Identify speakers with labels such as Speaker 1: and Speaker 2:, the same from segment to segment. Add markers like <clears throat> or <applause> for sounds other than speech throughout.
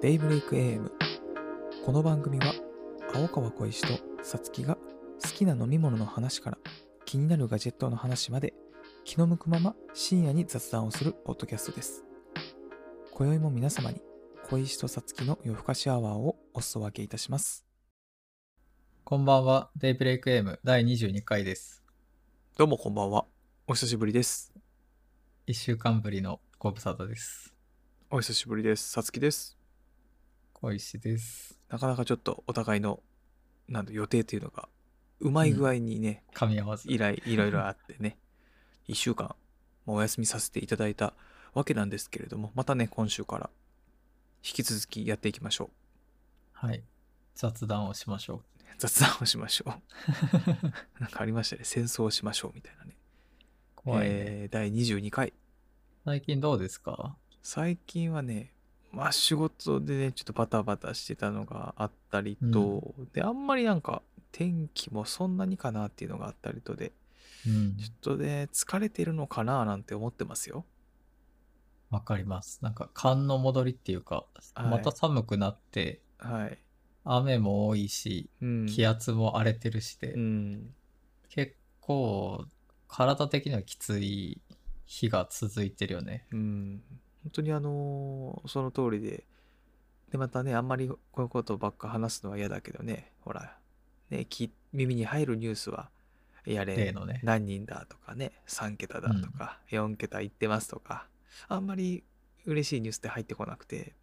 Speaker 1: デイブレイク AM この番組は青川小石とさつきが好きな飲み物の話から気になるガジェットの話まで気の向くまま深夜に雑談をするポッドキャストです今宵も皆様に小石とさつきの夜更かしアワーをお裾分けいたします
Speaker 2: こんばんは、デイブレイクエム第22回です。
Speaker 1: どうもこんばんはお久しぶりです
Speaker 2: 1週間ぶりのご無沙汰です。
Speaker 1: お久しぶりですさつきです
Speaker 2: 小石です。
Speaker 1: なかなかちょっとお互いのなんだ予定というのがうまい具合にね、
Speaker 2: 噛み合わず。
Speaker 1: 以来いろいろあってね1週間まあお休みさせていただいたわけなんですけれどもまたね今週から引き続きやっていきましょ
Speaker 2: はい。雑談をしましょ
Speaker 1: う雑談をしましょ
Speaker 2: <laughs>
Speaker 1: うなんかありましたね戦争をしましょうみたいなね
Speaker 2: う。怖いね。
Speaker 1: えー第22回
Speaker 2: 最近どうですか
Speaker 1: 最近はねまあ仕事でねちょっとバタバタしてたのがあったりと、であんまりなんか天気もそんなにかなっていうのがあったりとで
Speaker 2: うん
Speaker 1: ち。ょっとね疲れてるのかななんて思ってますよ
Speaker 2: わかります。なんか寒の戻りっていうか、
Speaker 1: はい
Speaker 2: また寒くなって、
Speaker 1: はい、
Speaker 2: 雨も多いし、
Speaker 1: うん、
Speaker 2: 気圧も荒れてるしで、
Speaker 1: うん
Speaker 2: 結構体的にはきつい日が続いてるよね。
Speaker 1: うん、本当にあのーその通りで、で、またね、あんまりこういうことばっか話すのは嫌だけどね、ほら、ね、き耳に入るニュースは、や
Speaker 2: 例
Speaker 1: れ、
Speaker 2: のね。
Speaker 1: 何人だとかね、3桁だとか、4桁いってますとか、あんまり嬉しいニュースって入ってこなくて、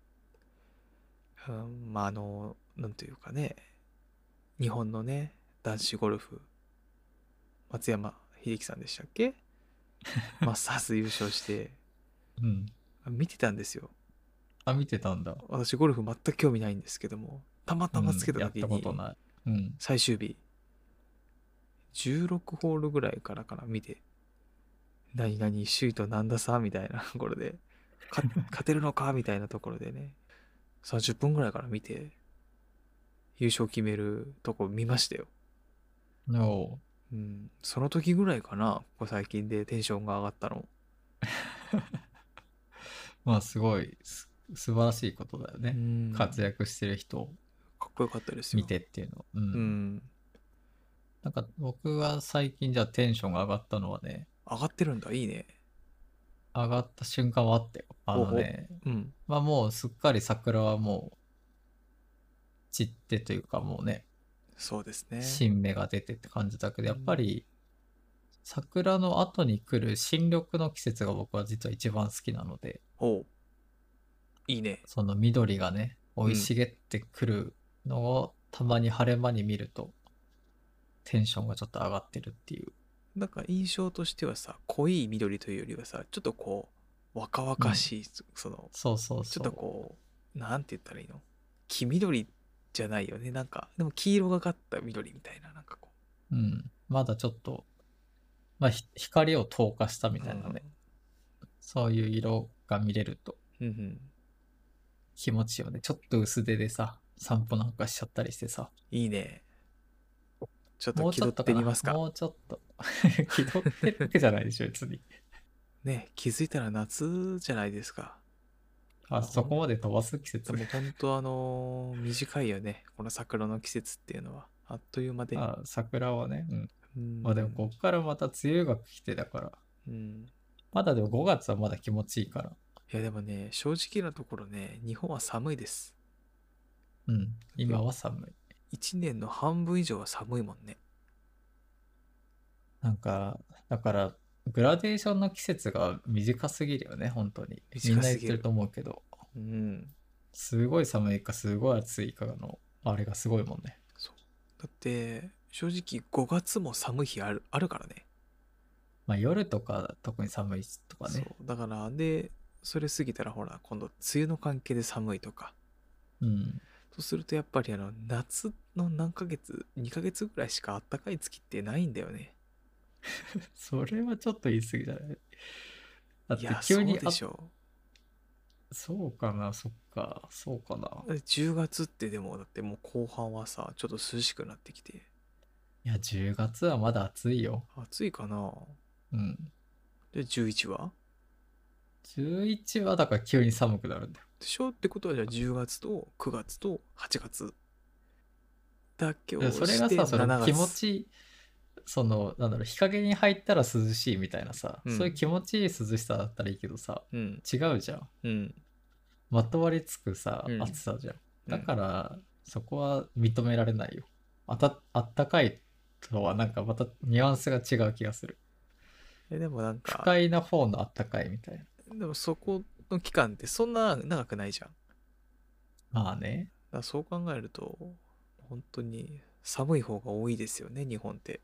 Speaker 1: うん、まあ、あのなんというかね、日本のね、男子ゴルフ、松山英樹さんでしたっ
Speaker 2: <laughs>
Speaker 1: けマスターズ優勝して、
Speaker 2: うん。
Speaker 1: 見てたんですよ
Speaker 2: あ、見てたんだ。
Speaker 1: 私ゴルフ全く興味ないんですけどもたまたまつけた
Speaker 2: うん
Speaker 1: 時
Speaker 2: や
Speaker 1: に
Speaker 2: ったことない。うん。
Speaker 1: 最終日16ホールぐらいからかな見て何々首位と何打差みたいな <laughs> ところでか勝てるのかみたいなところでね30分ぐらいから見て優勝決めるとこ見ましたよ、
Speaker 2: おう
Speaker 1: うん、その時ぐらいかなここ最近でテンションが上がったの
Speaker 2: まあすごいす素晴らしいことだよ
Speaker 1: う
Speaker 2: ね、
Speaker 1: んかっ
Speaker 2: 活躍してる人を
Speaker 1: こよかったですよ
Speaker 2: 見てっていうの、うん
Speaker 1: うん
Speaker 2: なんか僕は最近じゃあテンションが上がったのはね
Speaker 1: 上がってるんだいいね
Speaker 2: 上がった瞬間はあったよあのね
Speaker 1: うん
Speaker 2: まあもうすっかり桜はもう散ってというかもうね
Speaker 1: そうですね
Speaker 2: 新芽が出てって感じだけどやっぱ
Speaker 1: う
Speaker 2: り桜の後に来る新緑の季節が僕は実は一番好きなので
Speaker 1: おういいね。
Speaker 2: その緑がね生い茂ってくるのをたまに晴れ間に見ると、テンションがちょっと上がってるっていう
Speaker 1: なんか印象としてはさ、濃い緑というよりはさ、ちょっとこう、若々しい、その、
Speaker 2: そうそう
Speaker 1: ち
Speaker 2: そ
Speaker 1: ょ
Speaker 2: う
Speaker 1: っとこう、なんて言ったらいいの黄緑じゃないよね。なんか、でも黄色がかった緑みたいな、なんかこ
Speaker 2: う、ん、まだちょっと、まあ、ひ光を透過した
Speaker 1: う。
Speaker 2: みたいなね、
Speaker 1: うん
Speaker 2: そういう色が見れると
Speaker 1: うんうん。
Speaker 2: 気持ちよねちょっと薄手でさ散歩なんかしちゃったりしてさ
Speaker 1: いいね。ちょっ
Speaker 2: も
Speaker 1: と
Speaker 2: う
Speaker 1: 気
Speaker 2: ち
Speaker 1: 取
Speaker 2: ょ
Speaker 1: っ
Speaker 2: っと
Speaker 1: て
Speaker 2: かな
Speaker 1: みますか。
Speaker 2: もうちょっと <laughs> 気取ってるわけじゃないでしょ別に
Speaker 1: ね、気づいたら夏じゃないですか。
Speaker 2: あそこまで飛ばす季節
Speaker 1: でも本当あ
Speaker 2: <laughs>
Speaker 1: のー短いよね。この桜の季節っていうのは。あっという間で。
Speaker 2: あ桜はね、うん、
Speaker 1: うん
Speaker 2: まあでもこっからまた梅雨が来てだから
Speaker 1: うん。
Speaker 2: まだでも5月はまだ気持ちいいから。
Speaker 1: いやでもね、正直なところね、日本は寒いです。
Speaker 2: うん。今は寒い。
Speaker 1: 1年の半分以上は寒いもんね。
Speaker 2: なんか、だから、グラデーションの季節が短すぎるよね、本当に。みんな言ってると思うけど、
Speaker 1: うん。
Speaker 2: すごい寒いか、すごい暑いかの、あれがすごいもんね。
Speaker 1: そう。だって、正直5月も寒い日あるあるからね。
Speaker 2: まあ夜とか特に寒いとか
Speaker 1: そ
Speaker 2: ね。
Speaker 1: う。だから、で、それ過ぎたらほら、今度梅雨の関係で寒いとか。
Speaker 2: うん。
Speaker 1: そうするとやっぱりあの、夏の何ヶ月、2ヶ月ぐらいしか暖かい月ってないんだよね。
Speaker 2: それはちょっと言い過ぎじゃないだっ
Speaker 1: い
Speaker 2: て
Speaker 1: や、そ
Speaker 2: 急
Speaker 1: う
Speaker 2: に
Speaker 1: でしょ
Speaker 2: あそうかな、そっか、そうか
Speaker 1: う。
Speaker 2: な。
Speaker 1: 10月ってでも、だってもう後半はさ、ちょっと涼しくなってきて。
Speaker 2: いや、10月はまだ暑いよ。
Speaker 1: 暑いかな
Speaker 2: うん。
Speaker 1: で、11は
Speaker 2: 11はだから急に寒くなるんだよ。
Speaker 1: でしょってことはじゃあ10月と9月と8月妥協
Speaker 2: でも
Speaker 1: して
Speaker 2: それがさ、そ
Speaker 1: 7
Speaker 2: の
Speaker 1: 月
Speaker 2: 気持ち、その、なんだろう、日陰に入ったら涼しいみたいなさ、
Speaker 1: うん
Speaker 2: そういう気持ちいい涼しさだったらいいけどさ、
Speaker 1: うん
Speaker 2: 違うじゃん。
Speaker 1: うん
Speaker 2: まとわりつくさ
Speaker 1: う、ん
Speaker 2: 暑さじゃん。
Speaker 1: うん
Speaker 2: だから、そこは認められないよ。あた、あったかいとはなんかまたニュアンスが違う気がする。
Speaker 1: えでもなん
Speaker 2: 不
Speaker 1: か
Speaker 2: 快な方のあったかいみたいな。
Speaker 1: でもそこの期間ってそんな長くないじゃんだ
Speaker 2: まあね。
Speaker 1: からそう考えると本当に寒い方が多いですよね日本って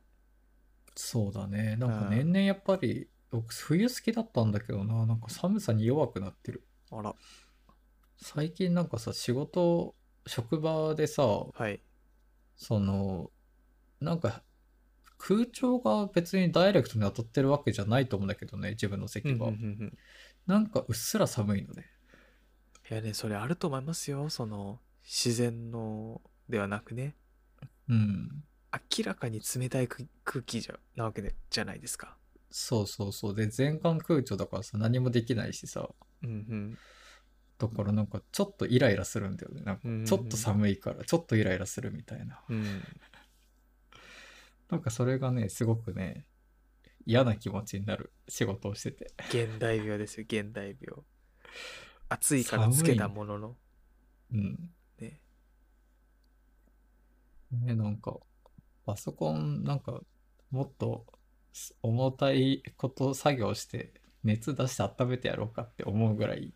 Speaker 2: そうだね。なんか
Speaker 1: うん
Speaker 2: 年々やっぱり、僕冬好きだったんだけどな、なんか寒さに弱くなってる。
Speaker 1: あら
Speaker 2: 最近なんかさ、仕事、職場でさ、
Speaker 1: はい
Speaker 2: その、なんか、空調が別にダイレクトに当たってるわけじゃないと思うんだけどね、自分の席
Speaker 1: うんうんう
Speaker 2: は。
Speaker 1: んうん
Speaker 2: なんかうっすら寒いのね。
Speaker 1: いやねそれあると思いますよその自然のではなくね
Speaker 2: うん。
Speaker 1: 明らかに冷たい空空気じゃなわけでじゃないですか
Speaker 2: そうそうそう。で、全館空調だからさ、何もできないしさ。
Speaker 1: うん
Speaker 2: だからなんかちょっとイライラするんだよね。なんか
Speaker 1: うんうんうん
Speaker 2: ちょっと寒いから、ちょっとイライラするみたいな。
Speaker 1: うんうん
Speaker 2: なんかそれがね、すごくね、嫌な気持ちになる仕事をしてて。
Speaker 1: 現代病ですよ現代病暑いからつけたものの
Speaker 2: うん。
Speaker 1: ね
Speaker 2: ね、なんか、パソコン、なんか、もっとす重たいこと作業して、熱出して温めてやろうかって思うぐら
Speaker 1: <laughs>
Speaker 2: い、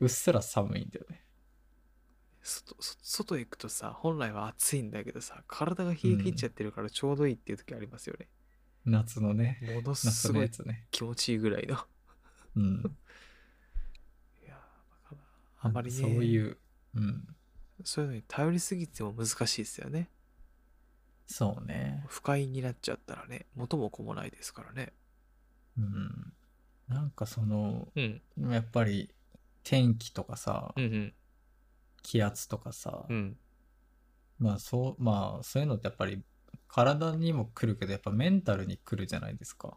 Speaker 2: うっすら寒いんだよね。
Speaker 1: 外そ外行くとさ本来は暑いんだけどさ体が冷え切っちゃってるからちょうどいいっていう時ありますよね、
Speaker 2: 夏のね、
Speaker 1: ものす
Speaker 2: 夏の
Speaker 1: ご
Speaker 2: や
Speaker 1: い
Speaker 2: つね。
Speaker 1: 気持ちいいぐらいのい
Speaker 2: うん。
Speaker 1: やだからあんまりね
Speaker 2: そういう、うん。
Speaker 1: そういうのに頼りすぎても難しいですよね
Speaker 2: そうね。
Speaker 1: 不快になっちゃったらね元も子もないですからね
Speaker 2: うん。なんかその、
Speaker 1: うん
Speaker 2: やっぱり、天気とかさ
Speaker 1: う、ん
Speaker 2: 気圧とかさ、
Speaker 1: うんうん
Speaker 2: まあそう、まあそういうのってやっぱり体にも来るけど、やっぱメンタルに来るじゃないですか。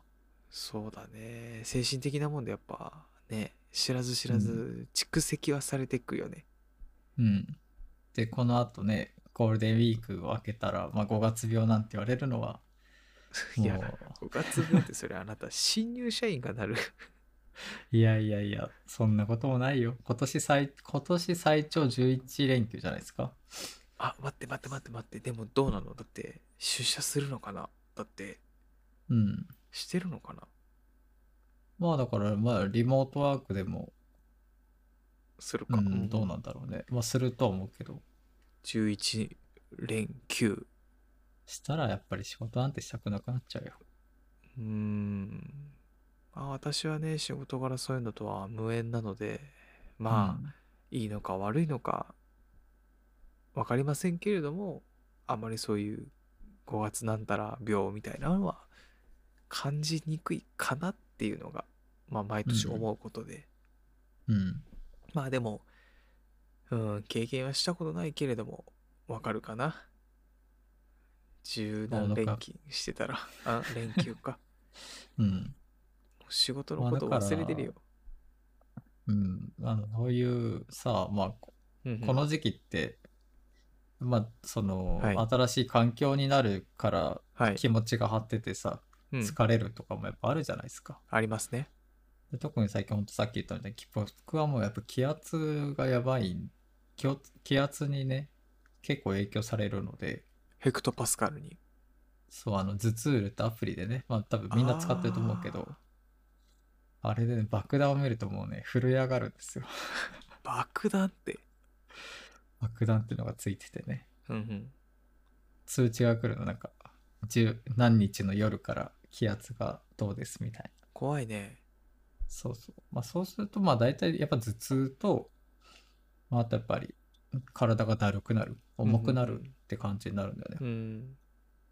Speaker 1: そうだね精神的なもんでやっぱね知らず知らず蓄積はされていくよね、
Speaker 2: うん。で、この後ね、ゴールデンウィークを明けたら、まあ5月病なんて言われるのは、
Speaker 1: <laughs> いや
Speaker 2: も
Speaker 1: 5月分ってそれあなた新入社員がなる
Speaker 2: ういやいやいや、そんなこともないよ。今年最、今年最長11連休じゃないですか。
Speaker 1: <laughs> あ待って待って待って待ってでもどうなのだって出社するのかなだって
Speaker 2: うん。
Speaker 1: してるのかな
Speaker 2: まあだから、まあリモートワークでも、
Speaker 1: するか、
Speaker 2: うん、どうなんだろうね。まあするとは思うけど、
Speaker 1: 11連休
Speaker 2: したらやっぱり仕事なんてしたくなくなっちゃうよ。
Speaker 1: うーんまあ私はね仕事柄そういうのとは無縁なのでまあ、
Speaker 2: あ、
Speaker 1: いいのか悪いのか分かりませんけれどもあまりそういう5月なんたら病みたいなのは感じにくいかなっていうのが、まあ、毎年思うことで、
Speaker 2: うん。
Speaker 1: まあでもうん経験はしたことないけれども分かるかな十何連勤してたらあ連休
Speaker 2: <laughs>
Speaker 1: か
Speaker 2: うん。
Speaker 1: もう仕事のこと
Speaker 2: まあだ
Speaker 1: 忘
Speaker 2: から
Speaker 1: れてるよ、
Speaker 2: うん、あの、そういうさ、まあ、こ
Speaker 1: うんうん
Speaker 2: この時期って、まあ、その、
Speaker 1: はい
Speaker 2: 新しい環境になるから
Speaker 1: はい、
Speaker 2: 気持ちが張っててさ、
Speaker 1: うん
Speaker 2: 疲れるとかもやっぱあるじゃないですか。
Speaker 1: ありますね
Speaker 2: で特に最近、ほんとさっき言ったみたいに、僕はもうやっぱ気圧がやばい、気圧気圧にね、結構影響されるので、
Speaker 1: ヘクトパスカルに
Speaker 2: そう、あの、頭痛るってアプリでね、まあ多分みんな使ってると思うけど、あれでね、爆弾を見るともうね、震え上がるんですよ。
Speaker 1: 爆弾って
Speaker 2: 爆弾っていうのがついててね。
Speaker 1: うんうん
Speaker 2: 通知が来るのなんか10何日の夜から気圧がどうですみたいな
Speaker 1: 怖いね
Speaker 2: そうそうまあそうするとまあ大体やっぱ頭痛と、まあ、あとやっぱり体がだるくなる重くなるって感じになるんだよね、
Speaker 1: うん、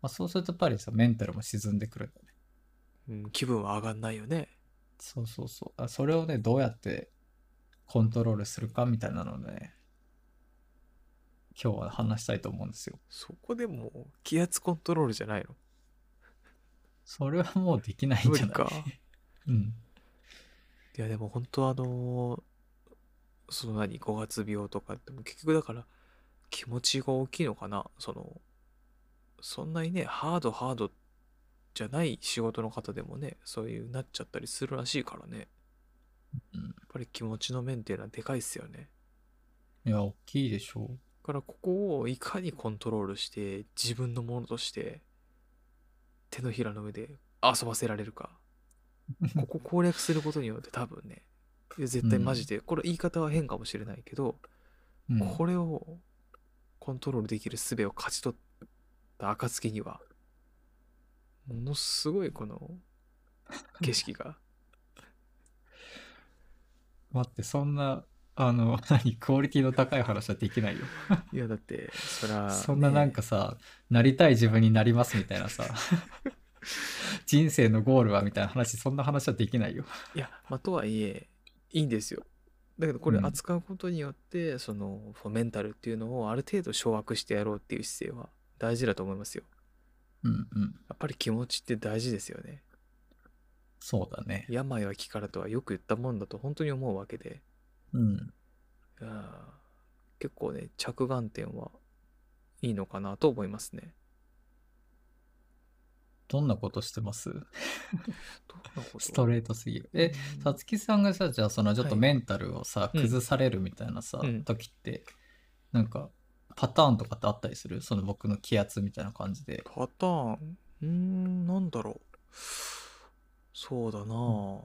Speaker 2: まあ、そうするとやっぱりさメンタルも沈んでくるんだよね
Speaker 1: うん、気分は上がんないよね
Speaker 2: そうそうそうあそれをねどうやってコントロールするかみたいなのをね今日は話したいと思うんですよ
Speaker 1: そこでもう気圧コントロールじゃないの
Speaker 2: <laughs> それはもうできないんじゃない
Speaker 1: 無理か
Speaker 2: うん
Speaker 1: いやでも本当あのその何五月病とかっても結局だから気持ちが大きいのかなそのそんなにねハードハードじゃない仕事の方でもねそういうなっちゃったりするらしいからね
Speaker 2: うん
Speaker 1: やっぱり気持ちの面っていうのはでかいっすよね
Speaker 2: いや、大きいでしょう。
Speaker 1: だからここをいかにコントロールして自分のものとして手のひらの上で遊ばせられる
Speaker 2: <laughs>
Speaker 1: かここ攻略することによって多分ねいや絶対マジで、これ言い方は変かもしれないけど、
Speaker 2: うん、
Speaker 1: これをコントロールできる術を勝ち取った暁にはものすごいこの景色が
Speaker 2: 待って、そんな、あの、 <laughs> 何、クオリティの高い話はできないよ。
Speaker 1: いやだってそら
Speaker 2: <laughs> そんななん
Speaker 1: か
Speaker 2: かさ、なりたい自分になりますみたいな
Speaker 1: <laughs>
Speaker 2: さ、人生のゴールはみたいな話、そんな話はできないよ。
Speaker 1: いや、まあ、とはいえ、いいんですよ。だけど、これ
Speaker 2: うん
Speaker 1: 扱うことによって、その、フォメンタルっていうのをある程度掌握してやろうっていう姿勢は大事だと思いますよ。
Speaker 2: うんうん。
Speaker 1: やっぱり気持ちって大事ですよね。
Speaker 2: そうだね。
Speaker 1: 病は気からとはよく言ったもんだと本当に思うわけで、
Speaker 2: うん。
Speaker 1: うん結構ね、着眼点はいいのかなと思いますね。
Speaker 2: どんなことしてます
Speaker 1: どんなこと
Speaker 2: ストレートすぎる。え、
Speaker 1: うん
Speaker 2: さつきさんがさ、じゃあそのちょっと
Speaker 1: はい
Speaker 2: メンタルをさ、
Speaker 1: うん
Speaker 2: 崩されるみたいなさ、
Speaker 1: うん
Speaker 2: 時って、なんか、パターンとかってあったりするその僕の気圧みたいな感じで。
Speaker 1: パターンうーん、なんだろう。そうだなぁ。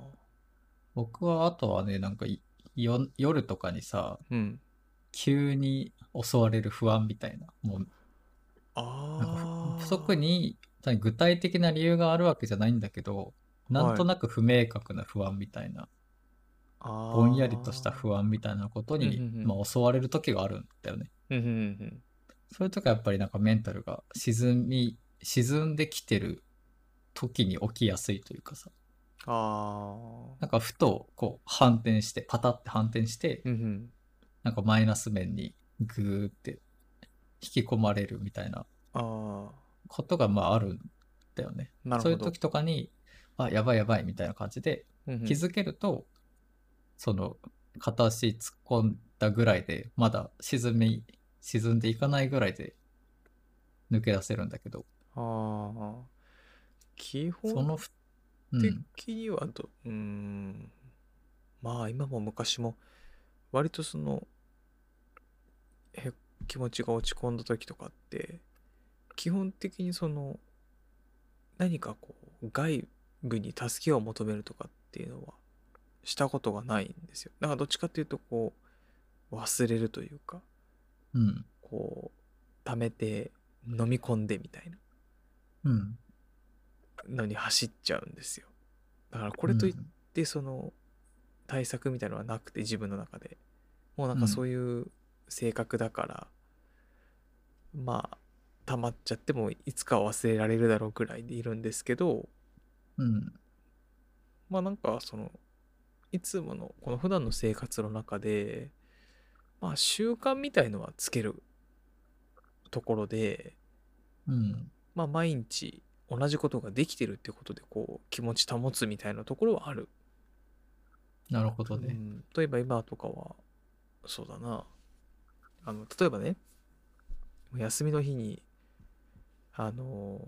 Speaker 2: 僕はあとはね、なんかいよ夜とかにさ、
Speaker 1: うん。
Speaker 2: 急に襲われる不安みたいな。もう、なん
Speaker 1: ああ。
Speaker 2: か不足に具体的な理由があるわけじゃないんだけど、なんとなく不明確な不安みたいな、ぼ
Speaker 1: ぼ
Speaker 2: んやりとした不安みたいなことに、
Speaker 1: うんうんうん
Speaker 2: まあ、襲われる時があるんだよね。
Speaker 1: うんうんうん
Speaker 2: そういう時はやっぱりなんかメンタルが沈み、沈んできてる時に起きやすいというかさ、
Speaker 1: ああ
Speaker 2: なんかふとこう反転して、パタって反転して、
Speaker 1: うんうん
Speaker 2: なんかマイナス面にグーって引き込まれるみたいな
Speaker 1: あー
Speaker 2: ことがまああるんだよね。
Speaker 1: なる
Speaker 2: そうい
Speaker 1: ほ
Speaker 2: う
Speaker 1: ど
Speaker 2: 時とかに、あ、やばいやばいみたいな感じで
Speaker 1: うんうん
Speaker 2: 気づけると、その片足突っ込んだぐらいで、まだ沈み、沈んでいかないぐらいで抜け出せるんだけど、
Speaker 1: あー基
Speaker 2: そ
Speaker 1: 本
Speaker 2: のふ、うん、
Speaker 1: 的にはどうーんまあ今も昔も割とそのへ気持ちが落ち込んだ時とかって基本的にその何かこう外部に助けを求めるとかっていうのはしたことがないんですよだからどっちかっていうとこう忘れるというか
Speaker 2: うん、
Speaker 1: こう溜めて飲み込んでみたいな
Speaker 2: うん。
Speaker 1: のに走っちゃうんですよだからこ
Speaker 2: こ
Speaker 1: れといってその対策みたいのはなくて自分の中でもうなんかそういう性格だから、まあ溜まっちゃってもいつかは忘れられるだろうくらいでいるんですけど
Speaker 2: うん、
Speaker 1: まあなんかそのいつものこの普段の生活の中でまあ習慣みたいのはつけるところで
Speaker 2: うん、
Speaker 1: まあ、毎日同じことができてるってことでこう気持ち保つみたいなところはある。
Speaker 2: なるほど
Speaker 1: う
Speaker 2: ね。
Speaker 1: ん例えば今とかはそうだなあの例えばね休みの日にあの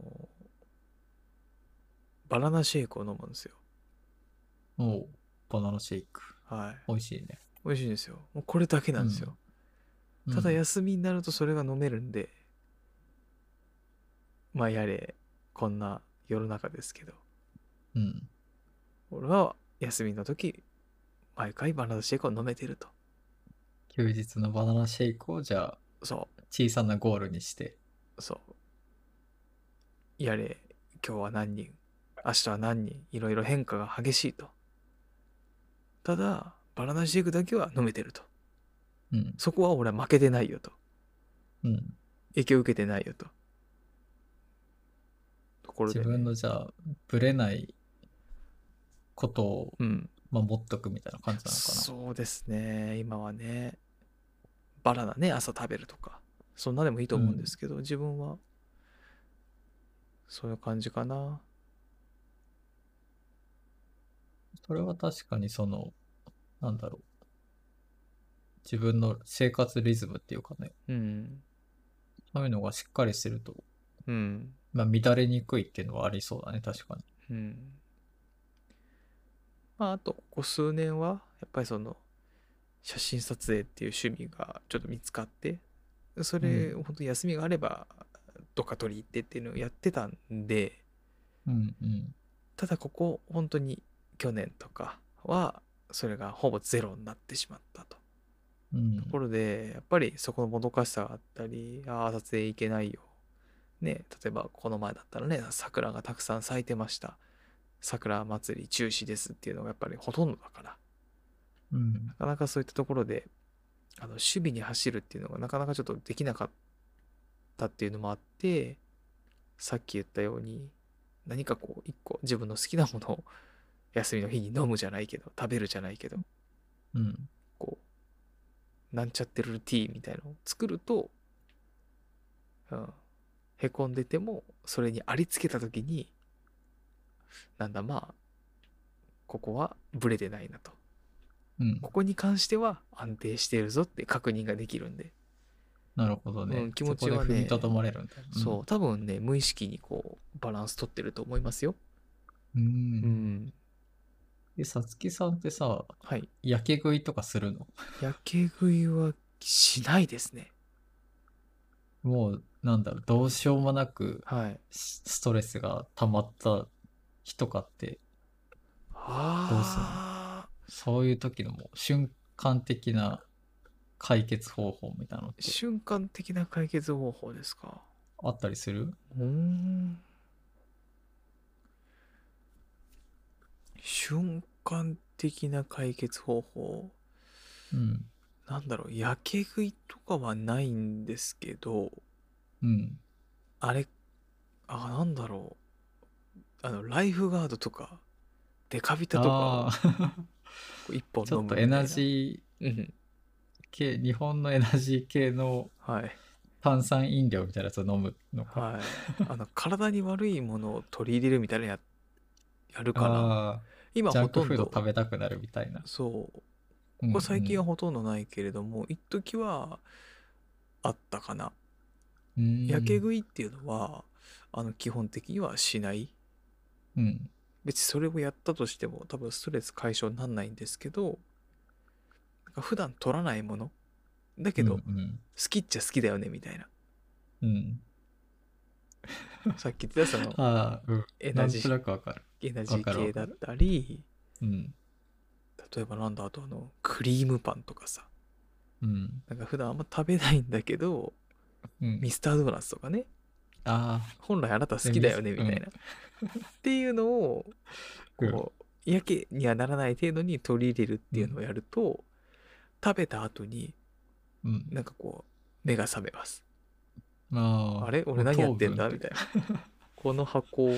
Speaker 1: バナナシェイクを飲むんですよ。
Speaker 2: おうバナナシェイク。
Speaker 1: はい。
Speaker 2: 美味しいね。
Speaker 1: 美味しいんですよ。もうこれだけなんですよ。
Speaker 2: うん
Speaker 1: ただ、休みになるとそれが飲めるんで、まあやれこんな世の中ですけど
Speaker 2: うん、
Speaker 1: 俺は休みの時毎回バナナシェイクを飲めてると
Speaker 2: 休日のバナナシェイクをじゃあ、
Speaker 1: そ
Speaker 2: 小さなゴールにして。
Speaker 1: うそうやれ今日は何人明日は何人いろいろ変化が激しいとただバナナシェイクだけは飲めてると
Speaker 2: うん、
Speaker 1: そこは俺は負けてないよと
Speaker 2: うん。
Speaker 1: 影響受けてないよとところ
Speaker 2: 自
Speaker 1: で、ね、
Speaker 2: 分のじゃあ、ぶれないことを
Speaker 1: うん
Speaker 2: 守っとくみたいな感じなのかな。
Speaker 1: そうですね今はねバナナね朝食べるとかそんなでもいいと思うんですけど、自分はそういう感じかな
Speaker 2: これは確かにその、なんだろう。自分の生活リズムっていうかね、
Speaker 1: うん。
Speaker 2: そういうのがしっかりしてると、
Speaker 1: うん。
Speaker 2: まあ、乱れにくいっていうのはありそうだね、確かに。
Speaker 1: うん。まあ、あと、ここ数年は、やっぱりその、写真撮影っていう趣味がちょっと見つかって、それ、
Speaker 2: う
Speaker 1: 本当休みがあれば、どっか取り行ってっていうのをやってたんで、
Speaker 2: うんうん。
Speaker 1: ただここ、本当に去年とかは、それがほぼゼロになってしまったと。
Speaker 2: うん
Speaker 1: と、ころでやっぱりそこのもどかしさがあったりああ撮影行けないよ、ね、例えばこの前だったらね桜がたくさん咲いてました桜祭り中止ですっていうのがやっぱりほとんどだから
Speaker 2: うん
Speaker 1: な。かなかそういったところであの守備に走るっていうのがなかなかちょっとできなかったっていうのもあってさっき言ったように何かこう一個自分の好きなものを休みの日に飲むじゃないけど食べるじゃないけど
Speaker 2: うん。
Speaker 1: こうなんちゃってルーティーンみたいのを作ると、うん、へこんでてもそれにありつけた時になんだまあここはブレてないなと
Speaker 2: うん。
Speaker 1: ここに関しては安定しているぞって確認ができるんで、
Speaker 2: なるほどね。
Speaker 1: うん気持ちはね
Speaker 2: そこで踏みとどまれるんだ。
Speaker 1: そう多分ね無意識にこうバランス取ってると思いますよ
Speaker 2: うん。
Speaker 1: う
Speaker 2: うん。
Speaker 1: ん
Speaker 2: え、さつきさんってさ、
Speaker 1: はい
Speaker 2: 焼け食いとかするの <laughs>
Speaker 1: やけ食いはしないですね
Speaker 2: もう、なんだろう、どうしようもなく、
Speaker 1: はい
Speaker 2: スストレスが溜まった日とかって、
Speaker 1: ああ
Speaker 2: そういう時のもう瞬間的な解決方法みたいなのって
Speaker 1: 瞬間的な解決方法ですか
Speaker 2: あったりする
Speaker 1: うーん瞬間的な解決方法
Speaker 2: うん。
Speaker 1: なんだろうやけ食いとかはないんですけど
Speaker 2: うん。
Speaker 1: あれあなんだろうあのライフガードとかデカビタと
Speaker 2: あ
Speaker 1: か <laughs>
Speaker 2: あ
Speaker 1: こう一本
Speaker 2: ー、ち
Speaker 1: 飲
Speaker 2: ょ
Speaker 1: むみ
Speaker 2: っ
Speaker 1: た
Speaker 2: と
Speaker 1: い
Speaker 2: エ
Speaker 1: な
Speaker 2: ナジー
Speaker 1: うん
Speaker 2: 系、日本のエナジー系の
Speaker 1: はい
Speaker 2: 炭酸飲料みたいなやつを飲むのか。
Speaker 1: はい
Speaker 2: <laughs>
Speaker 1: あの体に悪いものを取り入れるみたいなのややるから
Speaker 2: ああ、
Speaker 1: 今
Speaker 2: ジャ
Speaker 1: ほ
Speaker 2: ンク
Speaker 1: と
Speaker 2: フ
Speaker 1: ん
Speaker 2: ード
Speaker 1: ど
Speaker 2: 食べたくなるみたいな。
Speaker 1: そう
Speaker 2: うん
Speaker 1: ここ最近はほとんどないけれども、一時はあったかな。
Speaker 2: うん
Speaker 1: やけ食いっていうのは、あの基本的にはしない。
Speaker 2: うん。
Speaker 1: 別にそれをやったとしても多分ストレス解消にならないんですけど、なんか普段取らないもの。だけど、好
Speaker 2: うん
Speaker 1: きっちゃ好きだよねみたい
Speaker 2: <laughs>
Speaker 1: な。
Speaker 2: うん。うん。
Speaker 1: さっき言ってたその
Speaker 2: ああ、うん。
Speaker 1: エ
Speaker 2: な
Speaker 1: ナ
Speaker 2: ん
Speaker 1: ジ
Speaker 2: と
Speaker 1: ー
Speaker 2: なくわかる。
Speaker 1: エナジ
Speaker 2: わか
Speaker 1: ー
Speaker 2: るわ
Speaker 1: 系
Speaker 2: か
Speaker 1: だ
Speaker 2: る
Speaker 1: ったり、
Speaker 2: うん。
Speaker 1: 例えばなんだ、あとあの、クリームパンとかさ。
Speaker 2: うん。
Speaker 1: なんか普段あんま食べないんだけど、
Speaker 2: うん
Speaker 1: ミ、スタードーナツとかね。
Speaker 2: あ
Speaker 1: 本来あなた好きだよね
Speaker 2: ね
Speaker 1: みたいな。っていうのをこうやけにはならない程度に取り入れるっていうのをやると、食べた後に
Speaker 2: あ、うん。
Speaker 1: なんかこう目が覚めます。
Speaker 2: あー
Speaker 1: あれ俺何やってんだ
Speaker 2: 糖
Speaker 1: み
Speaker 2: 分って
Speaker 1: たいな。この箱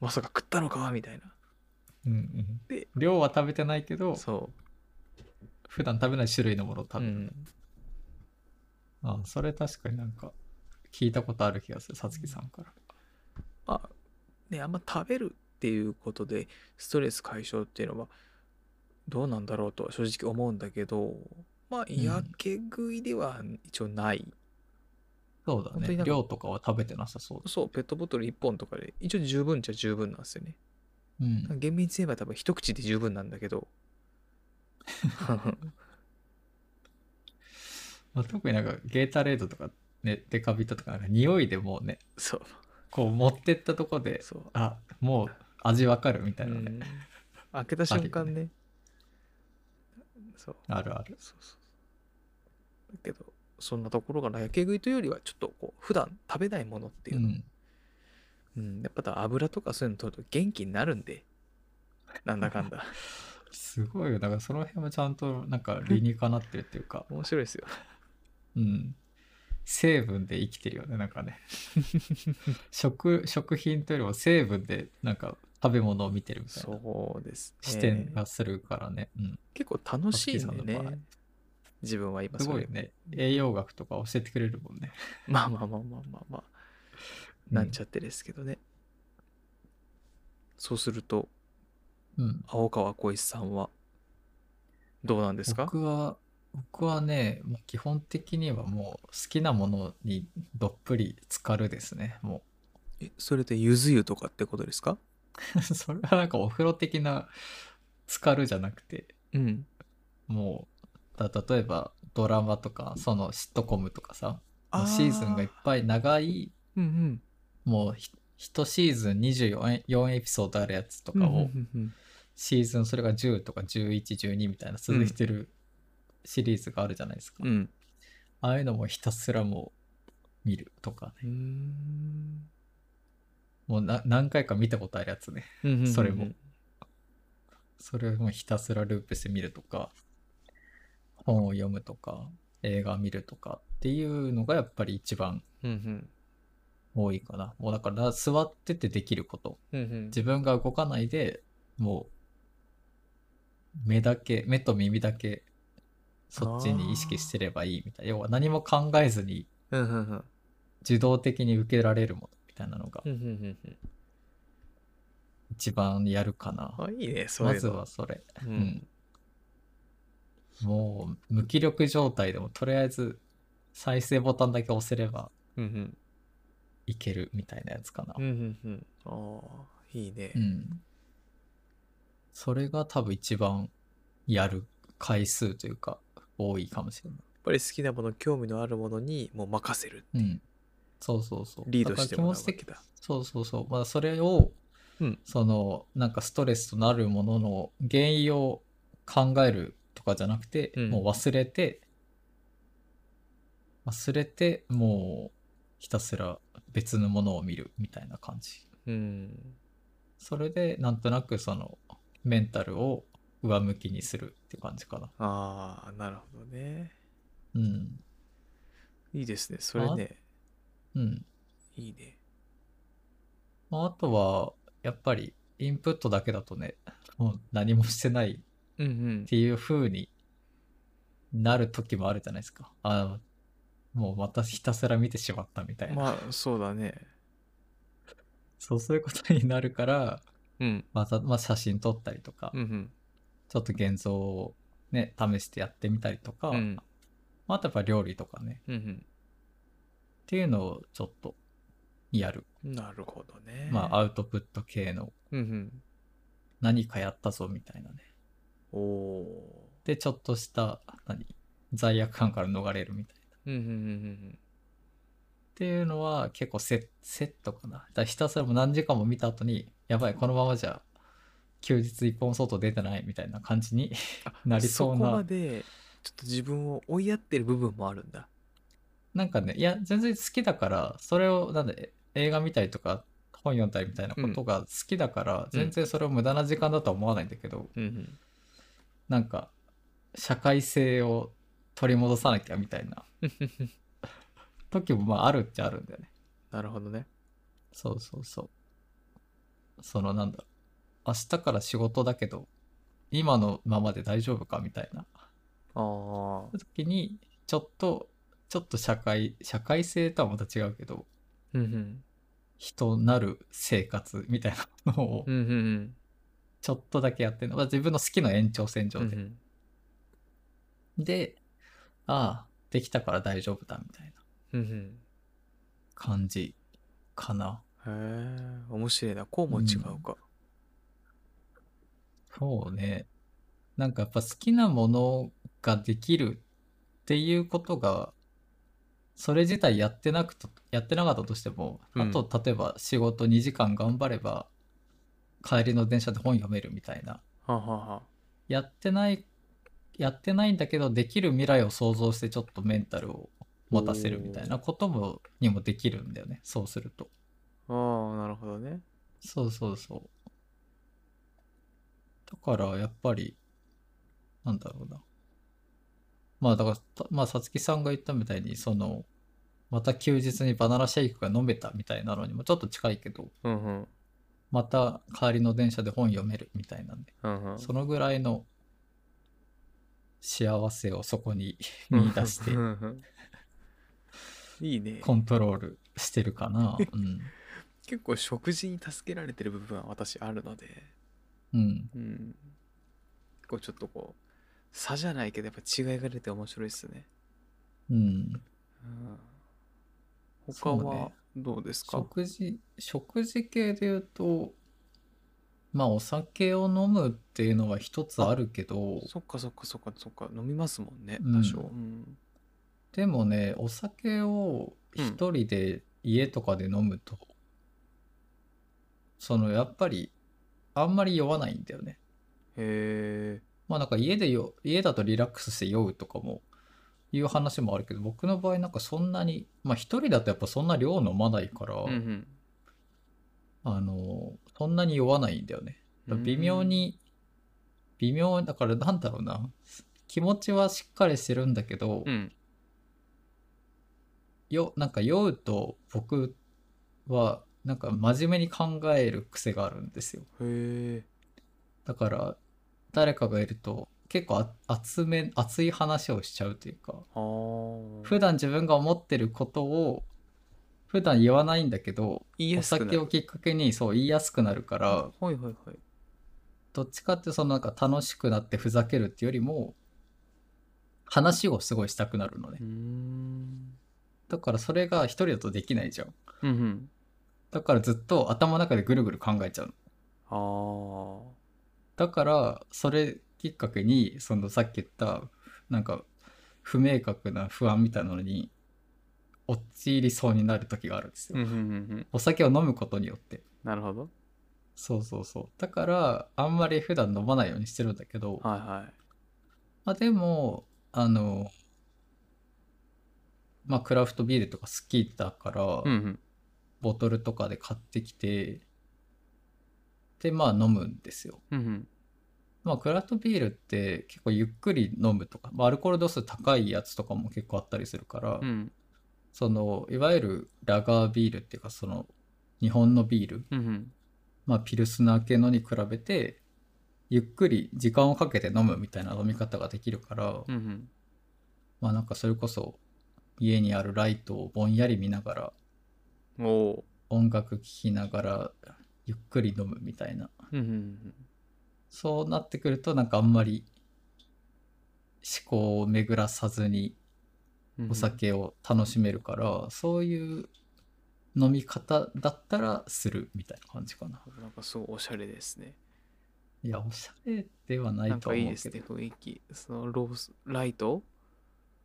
Speaker 1: まさか食ったのかみたい
Speaker 2: うんうん
Speaker 1: で
Speaker 2: 量は食べてないけ
Speaker 1: な。
Speaker 2: ど
Speaker 1: そ
Speaker 2: 普段食べない種類のものを
Speaker 1: う。
Speaker 2: 食
Speaker 1: う
Speaker 2: べる、
Speaker 1: ん、
Speaker 2: あそれ確かになんか聞いたことある気がするさつきさんから
Speaker 1: まあねあんま食べるっていうことでストレス解消っていうのはどうなんだろうとは正直思うんだけどまあ
Speaker 2: ん
Speaker 1: やけ食いでは一応ない。
Speaker 2: そうだ
Speaker 1: 本当に
Speaker 2: ね
Speaker 1: なんか
Speaker 2: 量とかは食べてなさそうだ
Speaker 1: そう、ペットボトル1本とかで、一応十分っちゃ十分なんですよね。
Speaker 2: うん
Speaker 1: 厳密に言えば多分一口で十分なんだけど。 <laughs>
Speaker 2: まあ、特になんかゲータレードとかねデカビタとかなんか匂いでもうね
Speaker 1: そう、
Speaker 2: こう持ってったとこで
Speaker 1: そう。
Speaker 2: あもう味わかるみたいなね、
Speaker 1: うん開けた瞬間ね。そう、
Speaker 2: あるある
Speaker 1: そうそう。だけど、そんなところがな、やけ食いというよりは、ちょっとこう、普段食べないものっていううの。
Speaker 2: ん
Speaker 1: うん、やっぱだ油とかそういうの取ると元気になるんで、なんだかんだ。
Speaker 2: すごいよだからその辺もちゃんとなんか理にかなってるっていうか
Speaker 1: 面白いですよ。
Speaker 2: <laughs> うん。成分で生きてるよね、なんかね。 <laughs> 食、食品というよりも成分で、なんか食べ物を見てるみたいな
Speaker 1: そうです、ね。
Speaker 2: 視点がするからね。うん。
Speaker 1: 結構楽しいんで
Speaker 2: 松木さんの場合
Speaker 1: ね。自分は今
Speaker 2: す
Speaker 1: そ
Speaker 2: ごい
Speaker 1: れ
Speaker 2: よね。栄養学とか教えてくれるもんね。
Speaker 1: まあまあまあまあまあまあ、なんち
Speaker 2: ゃ
Speaker 1: ゃってですけどね。そうすると、
Speaker 2: うん。
Speaker 1: 青川浩一さんはどうなんですか
Speaker 2: 僕は、僕はね、もう基本的にはもう好きなものにどっぷり浸かるですね。も
Speaker 1: えそれでゆず湯とかってことですか
Speaker 2: う、 <laughs> それはなんかお風呂的な浸かるじゃなくて、
Speaker 1: うん
Speaker 2: もう、だ例えばドラマとか、そのシットコムとかさ、もう
Speaker 1: ー
Speaker 2: シーズンがいっぱい長い、
Speaker 1: うんうん
Speaker 2: もうひ1シーズン24エ4エピソードあるやつとか
Speaker 1: うんう
Speaker 2: を、
Speaker 1: んうんうん
Speaker 2: シーズンそれが10とか11、12みたいな続いてるシリーズがあるじゃないですか。
Speaker 1: うん
Speaker 2: ああいうのもひたすらもう見るとかね。
Speaker 1: うーん
Speaker 2: もうな何回か見たことあるやつね。 <laughs>
Speaker 1: うんうんうんうん
Speaker 2: それもそれをもうひたすらループして見るとか、本を読むとか、映画見るとかっていうのがやっぱり一番
Speaker 1: うんうん
Speaker 2: 多いかな。もうだから座っててできること。
Speaker 1: うんうん
Speaker 2: 自分が動かないでもう目だけ、目と耳だけそっちに意識してればいいみたいな。要は何も考えずに
Speaker 1: うんうんうん
Speaker 2: 自動的に受けられるものみたいなのが
Speaker 1: うんうんうんうん
Speaker 2: 一番やるかな。
Speaker 1: あいいねそう
Speaker 2: ま
Speaker 1: いう
Speaker 2: ず
Speaker 1: の
Speaker 2: はそれ。
Speaker 1: う
Speaker 2: うんんもう無気力状態でもとりあえず再生ボタンだけ押せれば
Speaker 1: うんうん
Speaker 2: いけるみたいなやつかな
Speaker 1: うんう。んうんあーいいね
Speaker 2: うん。それが多分一番やる回数というか多いかもしれな
Speaker 1: やっぱり好きなもの興味のあるものにもう任せる
Speaker 2: い。うん。そうそうそう。
Speaker 1: リードしてもらう
Speaker 2: だから
Speaker 1: わけだ
Speaker 2: そうそうそう。まあそれを、
Speaker 1: うん
Speaker 2: そのなんかストレスとなるものの原因を考えるとかじゃなくて、
Speaker 1: うん
Speaker 2: もう忘れて、忘れて、もうひたすら別のものを見るみたいな感じ。
Speaker 1: うん
Speaker 2: それでなんとなくそのメンタルを上向きにするって感じかな。
Speaker 1: ああなるほどね
Speaker 2: うん。
Speaker 1: いいですねそれね
Speaker 2: うん。
Speaker 1: いいね
Speaker 2: まああとは、やっぱりインプットだけだとね、もう何もしてない
Speaker 1: うんうん
Speaker 2: っていう風になる時もあるじゃないですか。あもうまたひたすら見てしまったみたいな。
Speaker 1: まあそうだね
Speaker 2: そうそういうことになるから、
Speaker 1: うん
Speaker 2: また、まあ、写真撮ったりとか、
Speaker 1: うんうん
Speaker 2: ちょっと現像をね、試してやってみたりとか、
Speaker 1: うん
Speaker 2: まあ、あとやっぱ料理とかね、
Speaker 1: うん
Speaker 2: っていうのをちょっとやる。
Speaker 1: うんなるほどね
Speaker 2: まあ、アウトプット系の
Speaker 1: うんうん
Speaker 2: 何かやったぞみたいなね。
Speaker 1: おお
Speaker 2: で、ちょっとした、何罪悪感から逃れるみたいな。
Speaker 1: ーうんうんうん
Speaker 2: っていうのは結構セセットかな。だからひたすらもう何時間も見た後に、やばい、このままじゃ休日一本外出てないみたいな感じに <laughs>
Speaker 1: うん
Speaker 2: なりそう
Speaker 1: そこま
Speaker 2: な。
Speaker 1: でちょっと自分を追いやってる部分もあるんだ
Speaker 2: なんかね、いや、全然好きだから、それを、なんで映画見たりとか本読んだりみたいなことが好きだから、全然それを無駄な時間だとは思わないんだけど、
Speaker 1: うん
Speaker 2: なんか、社会性を取り戻さなきゃみたいな
Speaker 1: うん
Speaker 2: 時もまああるっちゃあるんだよね。
Speaker 1: なるほどね
Speaker 2: そうそうそう。そのなんだろう。明日から仕事だけど、今のままで大丈夫かみたいな
Speaker 1: ああ
Speaker 2: 時に、ちょっと、ちょっと社会、社会性とはまた違うけど、
Speaker 1: うんうん
Speaker 2: 人なる生活みたいなのを
Speaker 1: うんうんうん
Speaker 2: ちょっとだけやってるの。まあ自分の好きな延長線
Speaker 1: う
Speaker 2: 上
Speaker 1: んう
Speaker 2: で。
Speaker 1: ん
Speaker 2: で、ああ、できたから大丈夫だみたいな
Speaker 1: うん
Speaker 2: 感じかな。
Speaker 1: うんへえ面白いなこうも違うか
Speaker 2: そうね。なんかやっぱ好きなものができるっていうことが、それ自体やってなくと、やってなかったとしても、
Speaker 1: うん
Speaker 2: あと例えば仕事2時間頑張れば、帰りの電車で本読めるみたいな。
Speaker 1: はあはあはあ
Speaker 2: やってない、やってないんだけど、できる未来を想像してちょっとメンタルを持たせるみたいなことも、にもできるんだよね。そうすると。
Speaker 1: ああなるほどね
Speaker 2: そうそうそう。だから、やっぱり、なんだろうな。まあ、だからた、まあ、さつきさんが言ったみたいに、その、また休日にバナナシェイクが飲めたみたいなのにもちょっと近いけど、
Speaker 1: うんうん
Speaker 2: また帰りの電車で本読めるみたいなんで、
Speaker 1: うんうん
Speaker 2: そのぐらいの幸せをそ
Speaker 1: <laughs>
Speaker 2: こに見出して
Speaker 1: うん、うんいいね
Speaker 2: コントロールしてるかな。うん。
Speaker 1: 結構食事に助けられてる部分は私あるので
Speaker 2: うん。
Speaker 1: うん。こうちょっとこう、差じゃないけど、やっぱ違いが出て面白いっすね。
Speaker 2: うん。
Speaker 1: うん、他
Speaker 2: そうね
Speaker 1: はどうですか、
Speaker 2: 食事、食事系で言うと、まあお酒を飲むっていうのは一つあるけど、
Speaker 1: そっかそっかそっかそっか飲みますもんね
Speaker 2: うん
Speaker 1: 多少、うん
Speaker 2: でもね、お酒を一人で家とかで飲むと、そのやっぱりあんまり酔わないんだよね。
Speaker 1: へえ
Speaker 2: まあなんか家でよ、家だとリラックスして酔うとかもいう話もあるけど、僕の場合なんかそんなに、まあ一人だとやっぱそんな量飲まないから、
Speaker 1: うん
Speaker 2: あの、そんなに酔わないんだよね。
Speaker 1: う
Speaker 2: だ
Speaker 1: ん
Speaker 2: から微妙に、微妙、だからなんだろうな。気持ちはしっかりしてるんだけど、
Speaker 1: うん
Speaker 2: よ、なんか酔うと僕はなんか真面目に考える癖があるんですよ。
Speaker 1: へえ
Speaker 2: だから誰かがいると結構あ熱め、熱い話をしちゃうというか、
Speaker 1: あー
Speaker 2: 普段自分が思ってることを普段言わないんだけど、
Speaker 1: 言い
Speaker 2: お
Speaker 1: やすくな
Speaker 2: 酒
Speaker 1: る
Speaker 2: をきっかけにそう言いやすくなるから、
Speaker 1: はいはいはい
Speaker 2: どっちかっていうとそのなんか楽しくなってふざけるっていうよりも話をすごいしたくなるのね
Speaker 1: うーん
Speaker 2: だからそれが一人だとできないじゃん
Speaker 1: うんうん
Speaker 2: だからずっと頭の中でぐるぐる考えちゃうの
Speaker 1: あー
Speaker 2: だからそれきっかけにそのさっき言ったなんか不明確な不安みたいなのに陥りそうになる時があるんですよ、
Speaker 1: うんうんうんうん
Speaker 2: お酒を飲むことによって
Speaker 1: なるほど
Speaker 2: そうそうそうだからあんまり普段飲まないようにしてるんだけど、
Speaker 1: はいはい
Speaker 2: まあでも、あの、まあクラフトビールとか好きだから、
Speaker 1: うんうん
Speaker 2: ボトルとかで買ってきて、で、まあ飲むんですよ。
Speaker 1: うんうん
Speaker 2: まあクラフトビールって結構ゆっくり飲むとか、まあアルコール度数高いやつとかも結構あったりするから、
Speaker 1: うん
Speaker 2: その、いわゆるラガービールっていうか、その、日本のビール、
Speaker 1: うんうん
Speaker 2: まあピルスナー系のに比べて、ゆっくり時間をかけて飲むみたいな飲み方ができるから、
Speaker 1: うんうん
Speaker 2: まあなんかそれこそ家にあるライトをぼんやり見ながら
Speaker 1: おお
Speaker 2: 音楽聴きながらゆっくり飲むみたいな
Speaker 1: ーうんうんうん
Speaker 2: そうなってくるとなんかあんまり思考を巡らさずに
Speaker 1: うんうん
Speaker 2: お酒を楽しめるから、そういう飲み方だったらするみたいな感じかな
Speaker 1: なんかすごいおしゃれですね
Speaker 2: いやおしゃれではな
Speaker 1: なん
Speaker 2: い
Speaker 1: か
Speaker 2: とはい
Speaker 1: い
Speaker 2: 思う
Speaker 1: です
Speaker 2: けど
Speaker 1: ね雰囲気そのロースライト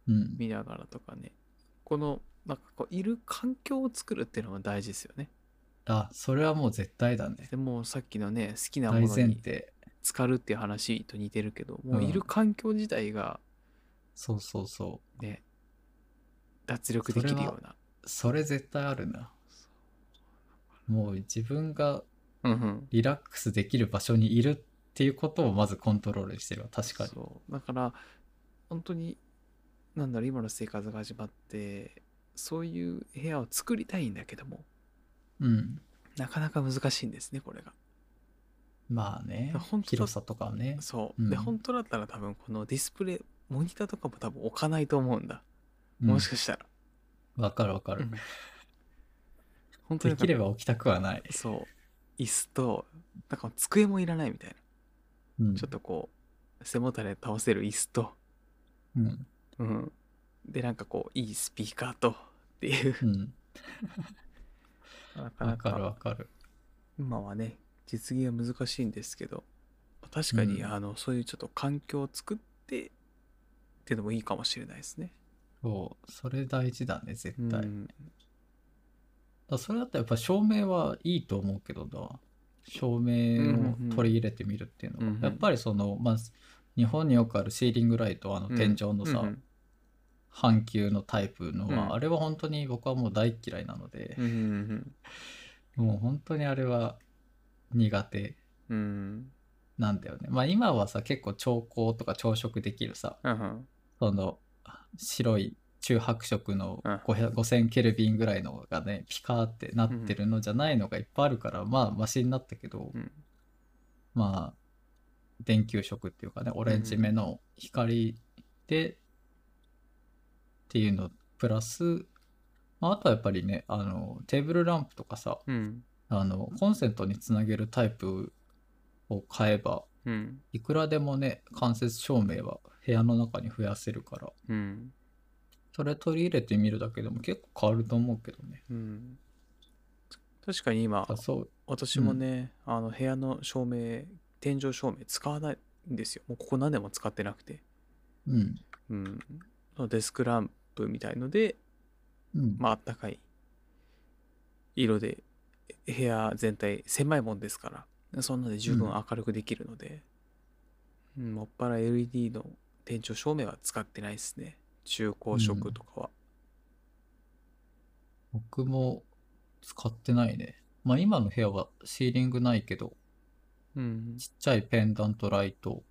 Speaker 2: うん
Speaker 1: 見ながらとかねこのなんかこういる環境を作るっていうのが大事ですよね
Speaker 2: あそれはもう絶対だね
Speaker 1: でもうさっきのね好きな
Speaker 2: 大
Speaker 1: もの
Speaker 2: 前
Speaker 1: に
Speaker 2: 提
Speaker 1: 浸かるっていう話と似てるけどもううんいる環境自体が
Speaker 2: そうそうそ
Speaker 1: ね脱力できるような
Speaker 2: うそれ絶対あるなもう自分が
Speaker 1: うんうん
Speaker 2: リラックスできる場所にいるっていうことをまずコントロールしてるわ確かに
Speaker 1: そうだから本当になんだろう今の生活が始まってそういう部屋を作りたいんだけども
Speaker 2: うん
Speaker 1: なかなか難しいんですねこれが
Speaker 2: まあね
Speaker 1: 本当だ
Speaker 2: 広さとかはね
Speaker 1: そうで
Speaker 2: うん
Speaker 1: 本当だったら多分このディスプレイモニターとかも多分置かないと思うんだ
Speaker 2: うん
Speaker 1: もしかしたら
Speaker 2: わ、かるわかる、
Speaker 1: うん本当にだ
Speaker 2: で
Speaker 1: か
Speaker 2: き
Speaker 1: ら
Speaker 2: れば置きたくはない、
Speaker 1: そう椅子となんか机もいらないみたいな、
Speaker 2: うん、
Speaker 1: ちょっとこう背もたれ倒せる椅子と、
Speaker 2: うん、
Speaker 1: うん、でなんかこういいスピーカーとっていう
Speaker 2: うん、
Speaker 1: なか
Speaker 2: わ
Speaker 1: な
Speaker 2: かる
Speaker 1: か
Speaker 2: わかる
Speaker 1: 今はね実現は難しいんですけど確かに、
Speaker 2: うん
Speaker 1: あのそういうちょっと環境を作ってっていうのもいいかもしれないですね。
Speaker 2: そうそれ大事だね絶
Speaker 1: うん
Speaker 2: 対、だからそれだったらやっぱ照明はいいと思うけどな照明を取り入れてみるっていうのは、
Speaker 1: うんうん
Speaker 2: やっぱりそのまあ日本によくあるシーリングライトあの
Speaker 1: うん
Speaker 2: 天井のさ、
Speaker 1: うん
Speaker 2: 半球のタイプのは、
Speaker 1: うん
Speaker 2: あれは本当に僕はもう大嫌いなので
Speaker 1: う、んうん
Speaker 2: もう本当にあれは苦手
Speaker 1: うんうん
Speaker 2: なんだよね。まあ今はさ結構調光とか調色できるさ
Speaker 1: うんうん
Speaker 2: その白い中白色の
Speaker 1: うん
Speaker 2: 500 5000ケルビンぐらいのがねピカーってなってるのじゃないのがいっぱいあるから、まあマシになったけど、
Speaker 1: うん
Speaker 2: まあ電球色っていうかねオレンジ目の光で、っていうのプラス、まあ、あとはやっぱりねあのテーブルランプとかさ
Speaker 1: うん
Speaker 2: あのコンセントにつなげるタイプを買えば、
Speaker 1: うん。
Speaker 2: いくらでもね、間接照明は部屋の中に増やせるから、
Speaker 1: うん。
Speaker 2: それ取り入れてみるだけでも結構変わると思うけどね。
Speaker 1: うん。確かに今、
Speaker 2: あそう。
Speaker 1: 私もね、あの部屋の照明、天井照明使わないんですよ。もうここ何年も使ってなくて。
Speaker 2: うん。
Speaker 1: うん。そのデスクランプみたいので、
Speaker 2: うん。
Speaker 1: まあ、あったかい色でえ部屋全体狭いもんですからそんなので十分
Speaker 2: うん
Speaker 1: 明るくできるので、うん、もっぱら LED の天井照明は使ってないですね中高色とかは、
Speaker 2: 僕も使ってないね。まあ今の部屋はシーリングないけど、
Speaker 1: うん
Speaker 2: ちっちゃいペンダントライト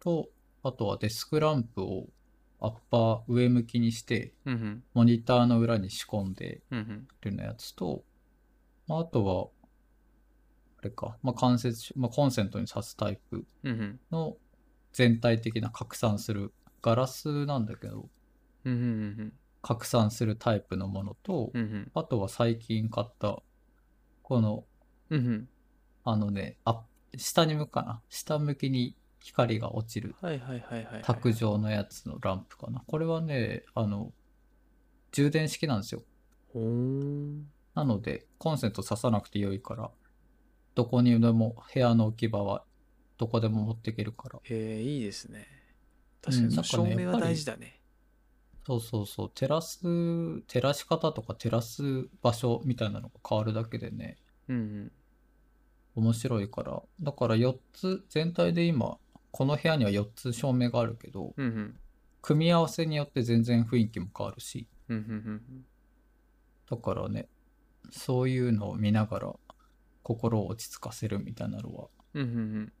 Speaker 2: と、あとはデスクランプをアッパー上向きにして、
Speaker 1: うんうん
Speaker 2: モニターの裏に仕込んで
Speaker 1: うんうん
Speaker 2: るのやつと、まあ、あとは、あれか、まあ、間接、まあ、コンセントに挿すタイプ
Speaker 1: うんうん
Speaker 2: の全体的な拡散する、ガラスなんだけど、
Speaker 1: うんうん
Speaker 2: 拡散するタイプのものと、
Speaker 1: うんうん
Speaker 2: あとは最近買った、この、
Speaker 1: うんうん
Speaker 2: あのね、あ、下に向くかな下向きに光が落ちる
Speaker 1: はいはいはいはいはい
Speaker 2: 卓上のやつのランプかな。これはね、あの、充電式なんですよ。
Speaker 1: ほー
Speaker 2: なので、コンセント挿さなくて良いから、どこにでも部屋の置き場はどこでも持っていけるから。
Speaker 1: へえいいですね確かに
Speaker 2: うん
Speaker 1: そ
Speaker 2: な
Speaker 1: の
Speaker 2: んかね
Speaker 1: 照明
Speaker 2: やっ
Speaker 1: は
Speaker 2: ぱり
Speaker 1: 大事だね
Speaker 2: そうそうそう、照らす、照らし方とか照らす場所みたいなのが変わるだけでね、
Speaker 1: うん
Speaker 2: 面白いから。だから4つ、全体で今、この部屋には4つ照明があるけど、
Speaker 1: うんうんうん
Speaker 2: 組み合わせによって全然雰囲気も変わるし、
Speaker 1: うんうん
Speaker 2: だからね、そういうのを見ながら心を落ち着かせるみたいなのは
Speaker 1: うんうんうんうん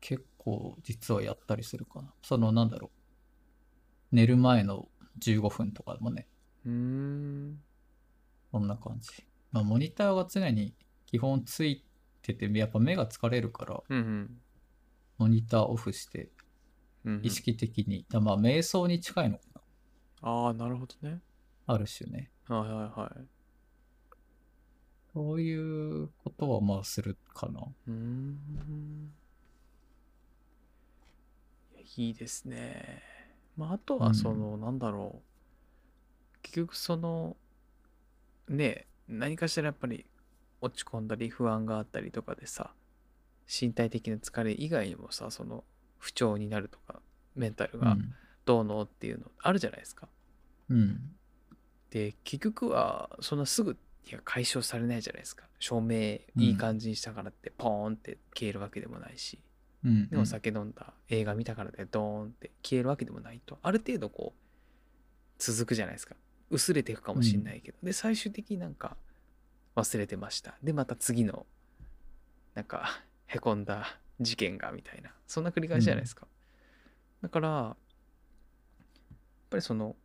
Speaker 2: 結構実はやったりするかな。そのなんだろう。寝る前の15分とかもね、
Speaker 1: うーん
Speaker 2: こんな感じ。まあモニターが常に基本ついてて、やっぱ目が疲れるから、
Speaker 1: うんうん
Speaker 2: モニターオフして
Speaker 1: うんうん
Speaker 2: 意識的に、だまあ瞑想に近いのかな。
Speaker 1: ああなるほどね
Speaker 2: ある種ね。
Speaker 1: はいはいはい
Speaker 2: そういうことはまあするかな。
Speaker 1: うーんいやいいですね。まあ、あと
Speaker 2: う
Speaker 1: は
Speaker 2: ん
Speaker 1: その、なんだろう結局そのね何かしらやっぱり落ち込んだり不安があったりとかでさ身体的な疲れ以外にもさその不調になるとかメンタル
Speaker 2: う
Speaker 1: が
Speaker 2: ん。
Speaker 1: どうのっていうのあるじゃないですか。
Speaker 2: うん。
Speaker 1: で結局はそんなすぐいや解消されないじゃないですか照明
Speaker 2: うん
Speaker 1: いい感じにしたからってポーンって消えるわけでもないし、
Speaker 2: うん。
Speaker 1: でも酒飲んだ映画見たからでドーンって消えるわけでもないとある程度こう続くじゃないですか薄れていくかもしんないけど、で最終的になんか忘れてましたでまた次のなんかへこんだ事件がみたいなそんな繰り返しじゃないですか、だからやっぱりその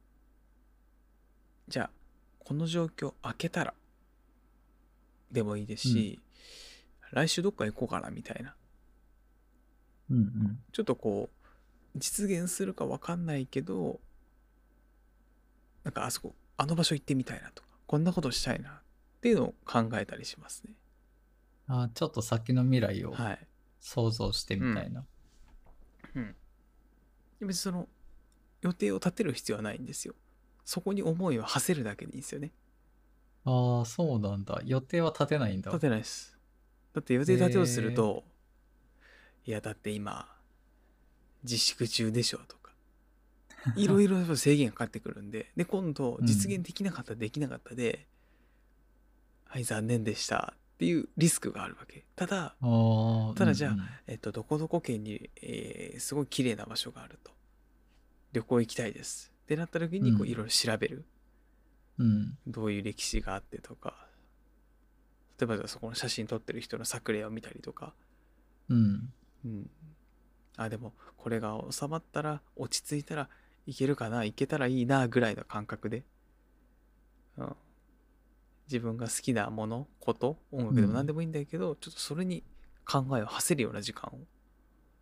Speaker 1: じゃあこの状況開けたらでもいいですし、来週どっか行こうかなみたいな
Speaker 2: うんうん。
Speaker 1: ちょっとこう実現するかわかんないけどなんかあそこあの場所行ってみたいなとかこんなことしたいなっていうのを考えたりしますね。
Speaker 2: あーちょっと先の未来を
Speaker 1: はい。
Speaker 2: 想像してみたいな。
Speaker 1: 別にその予定を立てる必要はないんですよ。そこに思いを馳せるだけでいいんですよね。
Speaker 2: ああ、そうなんだ。予定は立てないんだ。
Speaker 1: 立てないです。だって予定立てようとすると、いやだって今自粛中でしょとかいろいろやっぱ制限がかかってくるんでで今度
Speaker 2: うん
Speaker 1: 実現できなかったらできなかったで、はい残念でしたっていうリスクがあるわけただ
Speaker 2: ああ。
Speaker 1: ただじゃあ
Speaker 2: うんうん
Speaker 1: えっと、どこどこ県に、えーすごい綺麗な場所があると。旅行行きたいです。ってなった時に、こ
Speaker 2: う
Speaker 1: う、
Speaker 2: ん
Speaker 1: いろいろ調べる。
Speaker 2: うん。
Speaker 1: どういう歴史があってとか。例えば、じゃあそこの写真撮ってる人の作例を見たりとか。
Speaker 2: うん。
Speaker 1: うん。あ、でも、これが収まったら、落ち着いたらいけるかな、いけたらいいな、ぐらいの感覚で。うん。自分が好きなもの、こと、音楽でも何でもいいんだけど、ちょっとそれに考えを馳せるような時間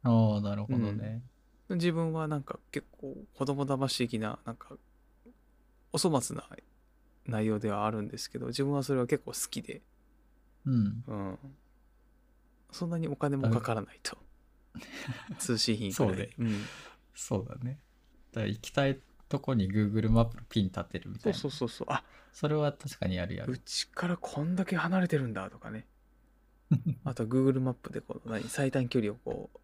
Speaker 1: を。
Speaker 2: ああ、なるほどね。
Speaker 1: 自分はなんか結構子供騙し的ななんかお粗末な内容ではあるんですけど自分はそれは結構好きで、
Speaker 2: うん。
Speaker 1: うん、そんなにお金もかからない
Speaker 2: <laughs>
Speaker 1: と。通信費くらい
Speaker 2: そうね
Speaker 1: うん。
Speaker 2: そうだね。だから行きたいとこに Google マップのピン立てるみた
Speaker 1: そ
Speaker 2: いうな。
Speaker 1: そうそうそう。あ
Speaker 2: それは確かにやるや
Speaker 1: う
Speaker 2: る。
Speaker 1: ちからこんだけ離れてるんだとかね。あとは Google マップでこの何最短距離をこう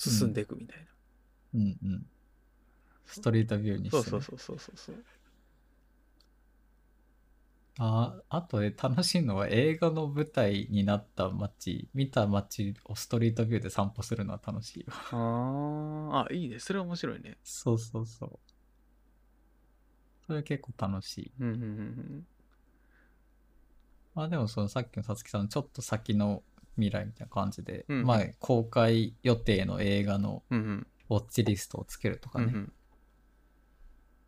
Speaker 1: 進んでいくみたいな。
Speaker 2: <laughs> うんうん。ストリートビューにして、
Speaker 1: そ
Speaker 2: ね。
Speaker 1: うそうそうそうそうそう。
Speaker 2: ああとで楽しいのは映画の舞台になった街、見た街をストリートビューで散歩するのは楽しいよ。
Speaker 1: あーあ、いいね。それは面白いね。
Speaker 2: そうそうそう。それ結構楽しい。
Speaker 1: うんうんうんうん。
Speaker 2: まあでもそのさっきのさつきさんのちょっと先の未来みたいな感じで、
Speaker 1: うん
Speaker 2: まあ公開予定の映画の
Speaker 1: うんうん
Speaker 2: ウォッチリストをつけるとか
Speaker 1: うんう
Speaker 2: ね。
Speaker 1: ん。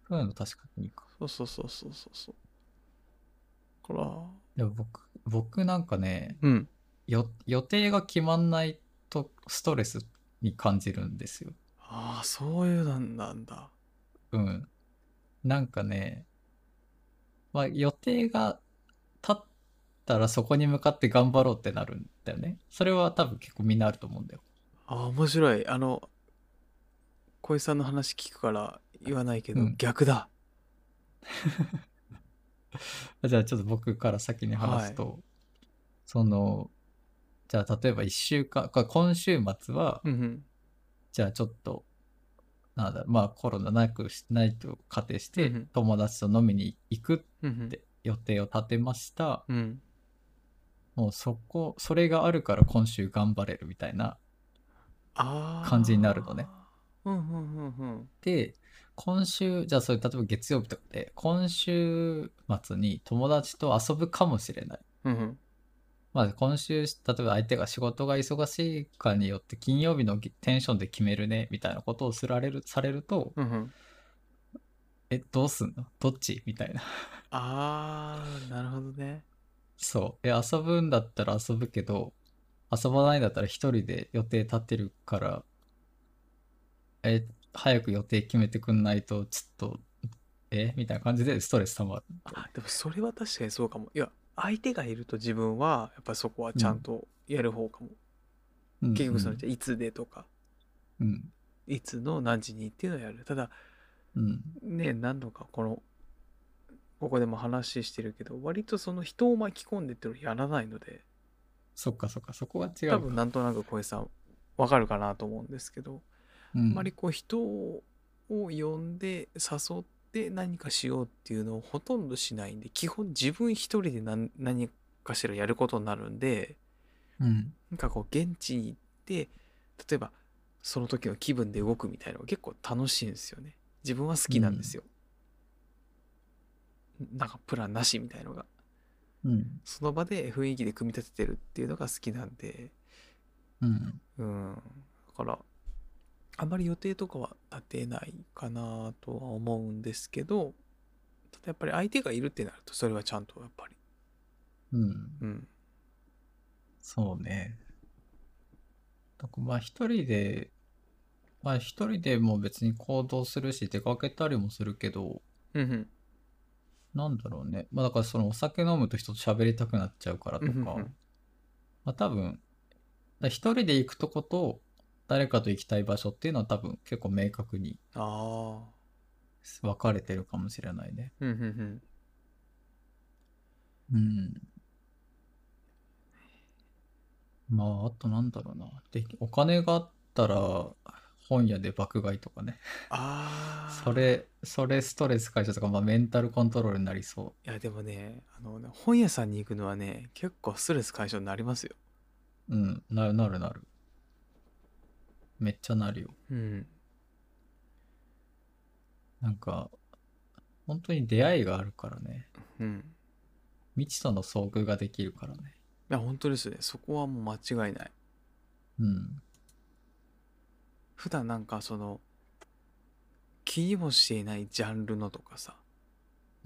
Speaker 2: そういうの確かにいいか。
Speaker 1: そうそうそうそうそうそう。こら。
Speaker 2: でも僕、僕なんかね、
Speaker 1: うん。
Speaker 2: よ予定が決まんないとストレスに感じるんですよ。
Speaker 1: ああ、そういうなんなんだ。
Speaker 2: うん。なんかね、まあ予定が立ったらそこに向かって頑張ろうってなるんだよね。それは多分結構みんなあると思うんだよ。
Speaker 1: ああ、面白い。あの、小井さんの話聞くから言わないけど、
Speaker 2: うん
Speaker 1: 逆だ。
Speaker 2: じゃあちょっと僕から先に話すと、その、じゃあ例えば1週間、か今週末は、
Speaker 1: うんうん。
Speaker 2: じゃあちょっと、なんだ、まあコロナなくしないと仮定して、
Speaker 1: うんうん
Speaker 2: 友達と飲みに行くっ
Speaker 1: うん
Speaker 2: て予定を立てました。
Speaker 1: うん。うん。
Speaker 2: もうそこ、それがあるから今週頑張れるみたいな。
Speaker 1: ああ。
Speaker 2: 感じになるのね。
Speaker 1: うんうんうんうん。
Speaker 2: で、今週、じゃあそれ例えば月曜日とかで、今週末に友達と遊ぶかもしれない。
Speaker 1: うんうん。
Speaker 2: まあ今週、例えば相手が仕事が忙しいかによって金曜日のぎテンションで決めるね、みたいなことをすられる、されると、
Speaker 1: うんうん。
Speaker 2: え、どうすんのどっちみたいな。 <laughs>
Speaker 1: ああ、なるほどね。
Speaker 2: そう。え、遊ぶんだったら遊ぶけど、遊ばないんだったら一人で予定立てるから、え、早く予定決めてくんないと、ちょっと、えみたいな感じでストレス溜まる。
Speaker 1: あでもそれは確かにそうかも。いや、相手がいると自分は、やっぱそこはちゃんとやる方かも。
Speaker 2: うん
Speaker 1: 結局その、
Speaker 2: うん
Speaker 1: じゃあいつでとか、
Speaker 2: うん。
Speaker 1: いつの何時にっていうのをやる。ただ、
Speaker 2: うん。
Speaker 1: ね何度かこのここでも話してるけど割とその人を巻き込んでってのをやらないので
Speaker 2: そっかそっか、そこは違うか。
Speaker 1: 多分なんとなく小江さんわかるかなと思うんですけど、
Speaker 2: うん、
Speaker 1: あんまりこう人を呼んで誘って何かしようっていうのをほとんどしないんで基本自分一人で何何かしらやることになるんで
Speaker 2: うん。
Speaker 1: なんかこう現地に行って例えばその時の気分で動くみたいなのが結構楽しいんですよね自分は好きなんですよ、なんかプランなしみたいのが
Speaker 2: うん。
Speaker 1: その場で雰囲気で組み立ててるっていうのが好きなんで
Speaker 2: うん。
Speaker 1: うんだからあまり予定とかは立てないかなとは思うんですけどただやっぱり相手がいるってなるとそれはちゃんとやっぱり
Speaker 2: うん。
Speaker 1: うん
Speaker 2: そうね。だからまあ一人で、まあ一人でも別に行動するし、出かけたりもするけど、
Speaker 1: うんうん
Speaker 2: なんだろうね。まあだからそのお酒飲むと人と喋りたくなっちゃうからとか、
Speaker 1: うんうんうん
Speaker 2: まあ多分、だから一人で行くとこと、誰かと行きたい場所っていうのは多分結構明確に
Speaker 1: ああ
Speaker 2: 分かれてるかもしれないね。
Speaker 1: うんうんうん
Speaker 2: うん。まあ、あとなんだろうな。で、お金があったら、本屋で爆買いとかね。
Speaker 1: ああ
Speaker 2: それ、それストレス解消とか、まあ、メンタルコントロールになりそ
Speaker 1: いやでもねあのね本屋さんに行くのはね結構ストレス解消になりますよ。
Speaker 2: う。うん、なるなるなる。めっちゃなるよ。
Speaker 1: うん、
Speaker 2: なんか、本当に出会いがあるからね。
Speaker 1: うん、
Speaker 2: 未知との遭遇ができるからね。
Speaker 1: いや本当ですねそこはもう間違いない。
Speaker 2: うん。
Speaker 1: 普段なんかその気にもしていないジャンルのとかさ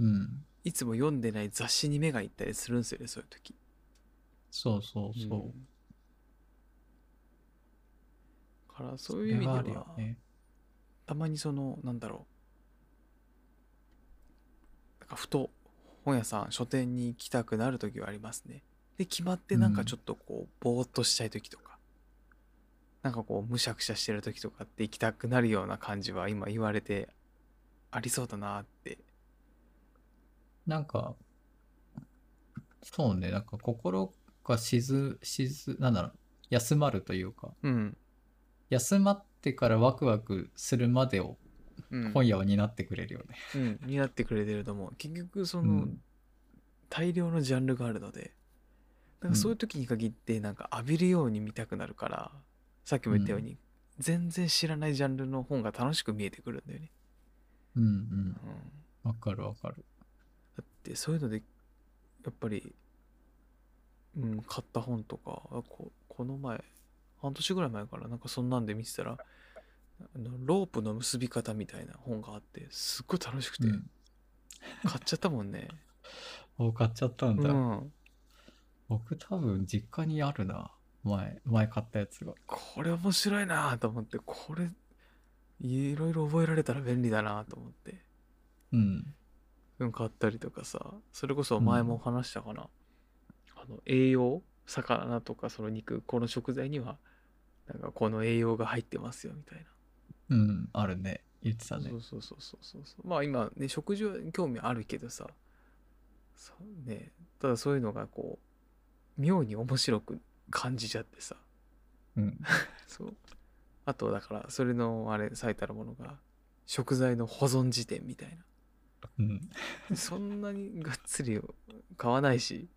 Speaker 2: うん。
Speaker 1: いつも読んでない雑誌に目がいったりするんですよねそういう時。
Speaker 2: そうそうそう。
Speaker 1: んだからそういう意味で
Speaker 2: それが
Speaker 1: は
Speaker 2: あるよね。
Speaker 1: たまにそのなんだろうなんかふと本屋さん書店に行きたくなる時はありますね。で決まって
Speaker 2: うん
Speaker 1: なんかちょっとこうぼーっとしたい時とか、なんかこうむしゃくしゃしてる時とかって行きたくなるような感じは今言われてありそうだなって
Speaker 2: なんか、そうね、なんか心が沈、沈、なんだろう、休まるというか、
Speaker 1: うん、
Speaker 2: 休まってからワクワクするまでを
Speaker 1: うん
Speaker 2: 本屋は担ってくれるよね。
Speaker 1: うん、になってくれてると思う結局その、
Speaker 2: うん
Speaker 1: 大量のジャンルがあるのでなんかそういう時に限ってなんか浴びるように見たくなるから、さっきも言ったように、全然知らないジャンルの本が楽しく見えてくるんだよね、
Speaker 2: うんう
Speaker 1: うんん、だ。
Speaker 2: わかるわかる。
Speaker 1: ってそういうのでやっぱり、うん、買った本とかあここの前半年ぐらい前からなんかそんなんで見てたらあのロープの結び方みたいな本があってすっごい楽しくて
Speaker 2: で、
Speaker 1: 買っちゃったもんね、
Speaker 2: お買っちゃったん
Speaker 1: う
Speaker 2: だ。
Speaker 1: ん、
Speaker 2: 僕多分実家にあるな。前、前買ったやつが。
Speaker 1: これ面白いなと思ってこれいろいろ覚えられたら便利だなと思って
Speaker 2: うん。
Speaker 1: うん買ったりとかさそれこそ前も話したかな、あの栄養魚とかその肉この食材にはなんかこの栄養が入ってますよみたいな
Speaker 2: うん、あるね。言ってたね
Speaker 1: そ。うそうそうそうそうそうまあ今ね食事は興味あるけどさそうねただそういうのがこう妙に面白く感じちゃってさ
Speaker 2: うん。
Speaker 1: そうあとだからそれのあれ最たるものが食材の保存辞典みたい
Speaker 2: うん。
Speaker 1: <laughs> なそんなにがっつり買わないし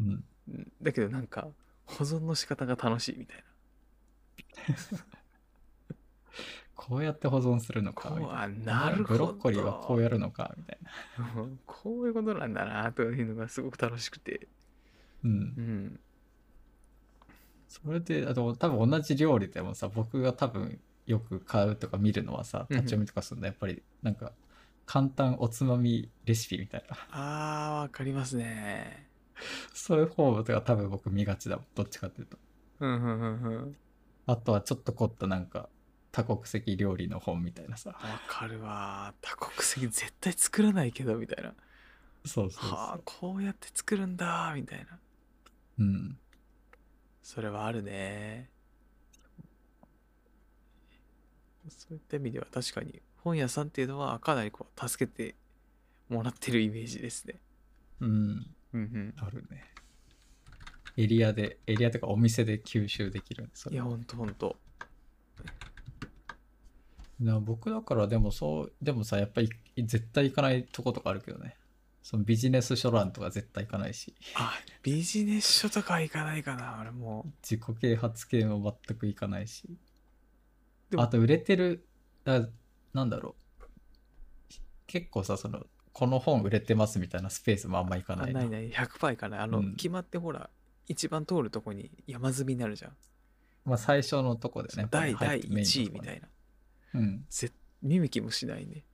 Speaker 2: うん。
Speaker 1: うんだけどなんか保存の仕方が楽しいみたいな <laughs>
Speaker 2: こうやって保存するのか
Speaker 1: こ。
Speaker 2: み
Speaker 1: う
Speaker 2: たい
Speaker 1: あなるほど
Speaker 2: ブロッコリーはこうやるのか。みたいな。
Speaker 1: うんこういうことなんだなというのがすごく楽しくて
Speaker 2: うん
Speaker 1: う。ん
Speaker 2: それで、あと多分同じ料理でもさ、僕が多分よく買うとか見るのはさ、
Speaker 1: うんうん
Speaker 2: 立ち読みとかするのやっぱりなんか簡単おつまみレシピみたいな。 <laughs>
Speaker 1: あーわかりますね
Speaker 2: そういう方とか多分僕見がちだもん。どっちかっていうと。
Speaker 1: うんうんうんうん
Speaker 2: あとはちょっと凝ったなんか多国籍料理の本みたいなさ。 <laughs>
Speaker 1: わかるわ多国籍絶対作らないけどみたいな
Speaker 2: そうそうそ
Speaker 1: はあ
Speaker 2: う。
Speaker 1: こうやって作るんだみたいな
Speaker 2: うん。
Speaker 1: それはあるねそういった意味では確かに本屋さんっていうのはかなりこう助けてもらってるイメージですね
Speaker 2: うん。
Speaker 1: うん
Speaker 2: あるね。エリアで、エリアとかお店で吸収できるんです
Speaker 1: いやほんとほんと
Speaker 2: な僕だからでもそうでもさやっぱり絶対行かないとことかあるけどねそのビジネス書欄とか絶対行かないし
Speaker 1: あビジネス書とか行かないかな俺も
Speaker 2: 自己啓発系も全く行かないし
Speaker 1: でも
Speaker 2: あと売れてるあなんだろう結構さそのこの本売れてますみたいなスペースもあんま行か
Speaker 1: あ
Speaker 2: ない
Speaker 1: な
Speaker 2: ない
Speaker 1: ない100%いかないあの、
Speaker 2: うん
Speaker 1: 決まってほら一番通るとこに山積みになるじゃん、
Speaker 2: まあ最初のとこでね
Speaker 1: 第
Speaker 2: 入
Speaker 1: 第
Speaker 2: ってメインのとこ
Speaker 1: 1位
Speaker 2: ね
Speaker 1: みたいな
Speaker 2: うん
Speaker 1: 絶見向きもしないね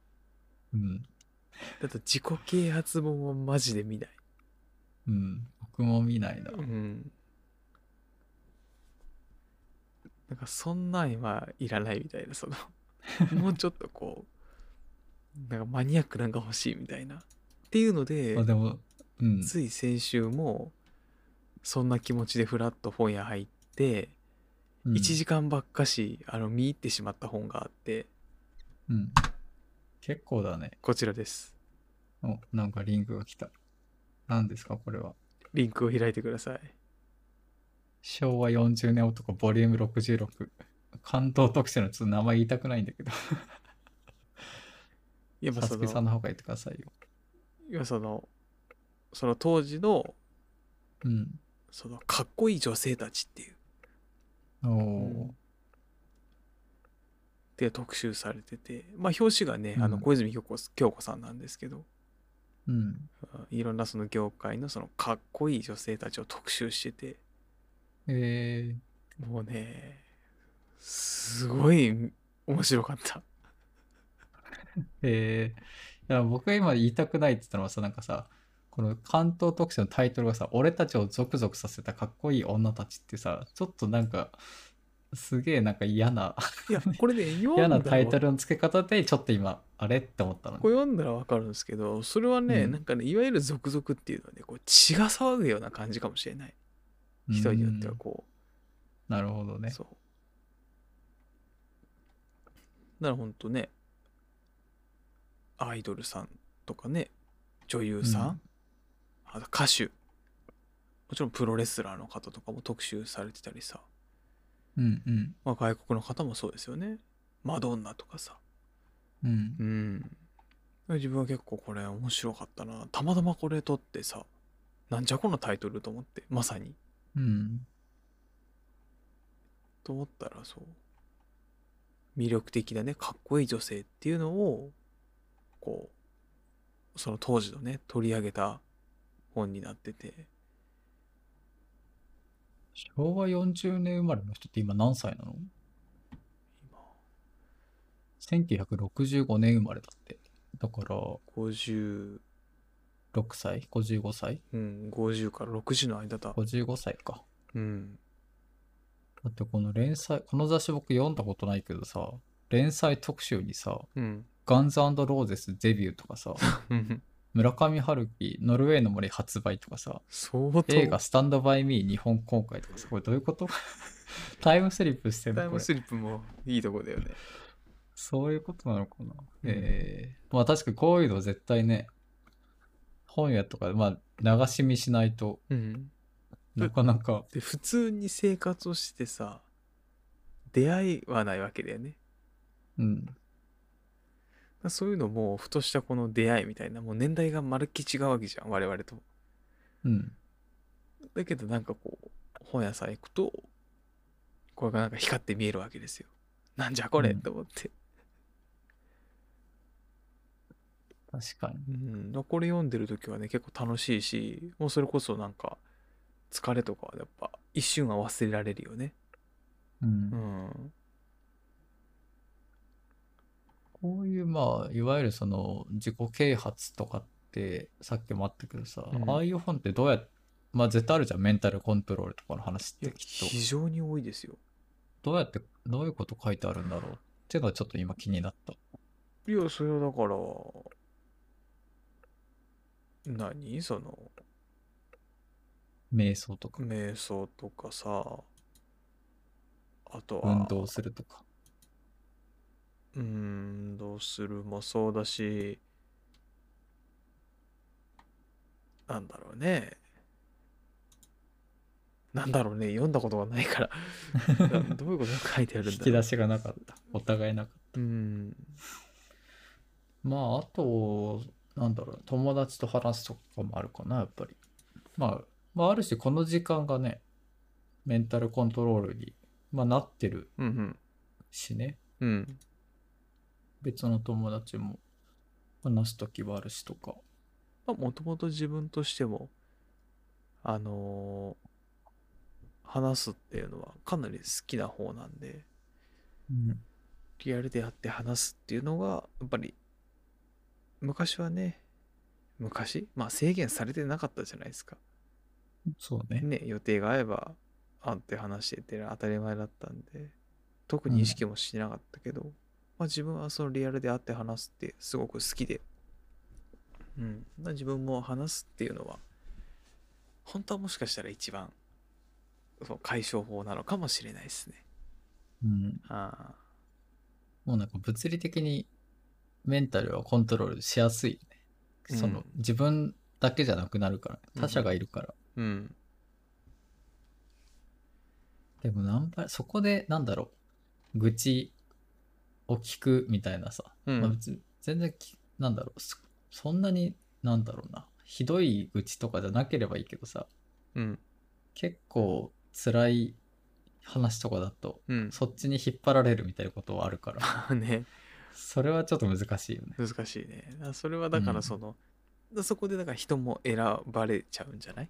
Speaker 2: うん
Speaker 1: だと自己啓発本はマジで見ない
Speaker 2: うん僕も見ないな
Speaker 1: うん。なんかそんなんはいらないみたいな、そ
Speaker 2: <laughs>
Speaker 1: の、もうちょっとこう、なんかマニアックなんか欲しいみたいな。っていうので
Speaker 2: まあ、でもうん
Speaker 1: つい先週も、そんな気持ちでふらっと本屋入って、
Speaker 2: うん
Speaker 1: 1時間ばっかし、あの、見入ってしまった本があって、
Speaker 2: うん結構だね
Speaker 1: こちらです。
Speaker 2: お、なんかリンクが来た。何ですか、これは。
Speaker 1: リンクを開いてください。
Speaker 2: 昭和40年男、ボリューム66。関東特集のちょっと名前言いたくないんだ
Speaker 1: <laughs>
Speaker 2: けど、
Speaker 1: いやっぱ
Speaker 2: さ
Speaker 1: そ
Speaker 2: つきさん
Speaker 1: の、
Speaker 2: の方が言ってくださいよ。
Speaker 1: 要はその、その当時の、
Speaker 2: うん。
Speaker 1: その、かっこいい女性たちっていう。
Speaker 2: お
Speaker 1: うん
Speaker 2: お
Speaker 1: で特集されてて、まあ、表紙がね、あの
Speaker 2: うん
Speaker 1: 小泉京子京子さんなんですけど、
Speaker 2: ー。うん。
Speaker 1: うんいろんなその業界のそのかっこいい女性たちを特集してて
Speaker 2: えー、
Speaker 1: もうねすごい面白かった。
Speaker 2: えー。いや、僕が今言いたくないって言ったのはさ、なんかさ、この関東特集のタイトルがさ、俺たちをゾクゾクさせたかっこいい女たちってさ、ちょっとなんか、すげえなんか嫌な、
Speaker 1: いや、これ <laughs> ね、読んだ
Speaker 2: 嫌
Speaker 1: ら
Speaker 2: なタイトルの付け方で、ちょっと今、あれって思ったの
Speaker 1: こ。れ読んだらわかるんですけど、それはね、
Speaker 2: うん
Speaker 1: なんかね、いわゆる続々っていうのはね、こう血が騒ぐような感じかもしれない。人によってはこ
Speaker 2: うんなるほど
Speaker 1: う、
Speaker 2: ね。
Speaker 1: そう。だからほんとね、アイドルさんとかね、女優さん、
Speaker 2: うん
Speaker 1: あと歌手、もちろんプロレスラーの方とかも特集されてたりさ、
Speaker 2: うんうん。
Speaker 1: まあ、外国の方もそうですよね。マドンナとかさ。
Speaker 2: うん
Speaker 1: う。ん。自分は結構これ面白かったな。たまたまこれ撮ってさ、なんじゃこのタイトルと思って、まさに。
Speaker 2: うん。
Speaker 1: と思ったらそう、魅力的だね、かっこいい女性っていうのを、こう、その当時のね、取り上げた本になってて、
Speaker 2: 昭和40年生まれの人って今何歳なの
Speaker 1: 今、
Speaker 2: ?1965 年生まれだって。だから、
Speaker 1: 50、
Speaker 2: 6歳 ?55 歳
Speaker 1: うん、50から60の間だ。
Speaker 2: ?55 歳か。
Speaker 1: うん。
Speaker 2: だってこの連載、この雑誌僕読んだことないけどさ、連載特集にさ、
Speaker 1: うん。
Speaker 2: ガンズローゼスデビュー
Speaker 1: <laughs>
Speaker 2: とかさ、村上春樹、ノルウェーの森発売とかさ、
Speaker 1: 相当。
Speaker 2: 映画スタンドバイミー日本公開とかさ、これどういうこと <laughs> タイムスリップしてん
Speaker 1: タイ
Speaker 2: のこ
Speaker 1: ム
Speaker 2: れ
Speaker 1: スリップもいいとこだよね。
Speaker 2: そういうことなのかな、えーまあ確かにこういうの絶対ね、本屋とかで、まあ流し見しないと
Speaker 1: うん。
Speaker 2: なかなか、
Speaker 1: で普通に生活をしてさ出会いはないわけだよね
Speaker 2: うん、
Speaker 1: そういうのもふとしたこの出会いみたいなもう年代がまるっきり違うわけじゃん我々と
Speaker 2: うん、
Speaker 1: だけどなんかこう本屋さん行くとこれがなんか光って見えるわけですよなんじゃこれ、
Speaker 2: うん
Speaker 1: と思って、
Speaker 2: 確かに。
Speaker 1: うん、だからこれ読んでる時はね結構楽しいしもうそれこそなんか疲れとかはやっぱ一瞬は忘れられるよね
Speaker 2: うん
Speaker 1: うん
Speaker 2: こういうまあいわゆるその自己啓発とかってさっきもあったけどさ、
Speaker 1: うん
Speaker 2: ああいう本ってどうやっまあ絶対あるじゃんメンタルコントロールとかの話っ
Speaker 1: いや
Speaker 2: てきっ
Speaker 1: 非常に多いですよ
Speaker 2: とどうやってどういうこと書いてあるんだろうっていうのはちょっと今気になった
Speaker 1: いや、それはだから、何その、
Speaker 2: 瞑想とか
Speaker 1: 瞑想とかさ、あとは、
Speaker 2: 運動するとか
Speaker 1: うん運動するもそうだし、なんだろうね。なんだろうね。読んだことがないから、 <laughs> などういうことが書いてあるんだろう
Speaker 2: <laughs> 引き出しがなかったお互いなかっ
Speaker 1: うん。
Speaker 2: たまああとなんだろう友達と話すとかもあるかなやっぱりまあ、まあ、ある種この時間がねメンタルコントロールに、まあ、なってる
Speaker 1: うんうん。
Speaker 2: しね
Speaker 1: うん。
Speaker 2: 別の友達も話す時はあるしとか
Speaker 1: まあ、もともと自分としても、あのー話すっていうのはかなり好きな方なんで、
Speaker 2: うん、
Speaker 1: リアルであって話すっていうのが、やっぱり、昔はね、昔まあ制限されてなかったじゃないですか。
Speaker 2: そうね
Speaker 1: ね、予定が合えば、あんって話してっていうのは当たり前だったんで、特に意識もしなかったけど、まあ自分はそのリアルであって話すってすごく好きで、うん、だから自分も話すっていうのは、本当はもしかしたら一番、そう解消法なのかもしれないですね。
Speaker 2: うん、
Speaker 1: あ
Speaker 2: もうなんか物理的にメンタルはコントロールしやすいね、
Speaker 1: うん
Speaker 2: その自分だけじゃなくなるから
Speaker 1: うん
Speaker 2: 他者がいるから、
Speaker 1: ーうん。
Speaker 2: でも何倍そこでなんだろう愚痴を聞くみたいなさ、
Speaker 1: うん
Speaker 2: まあ、別に全然きなんだろうそそんなになんだろうなひどい愚痴とかじゃなければいいけどさ
Speaker 1: うん。
Speaker 2: 結構辛い話とかだと
Speaker 1: うん。
Speaker 2: そっちに引っ張られるみたいなことはあるから、
Speaker 1: <laughs> まあね、
Speaker 2: それはちょっと難しいよね。
Speaker 1: 難しいね。あそれはだか
Speaker 2: う
Speaker 1: ら
Speaker 2: ん
Speaker 1: その、そこでだから人も選ばれちゃうんじゃない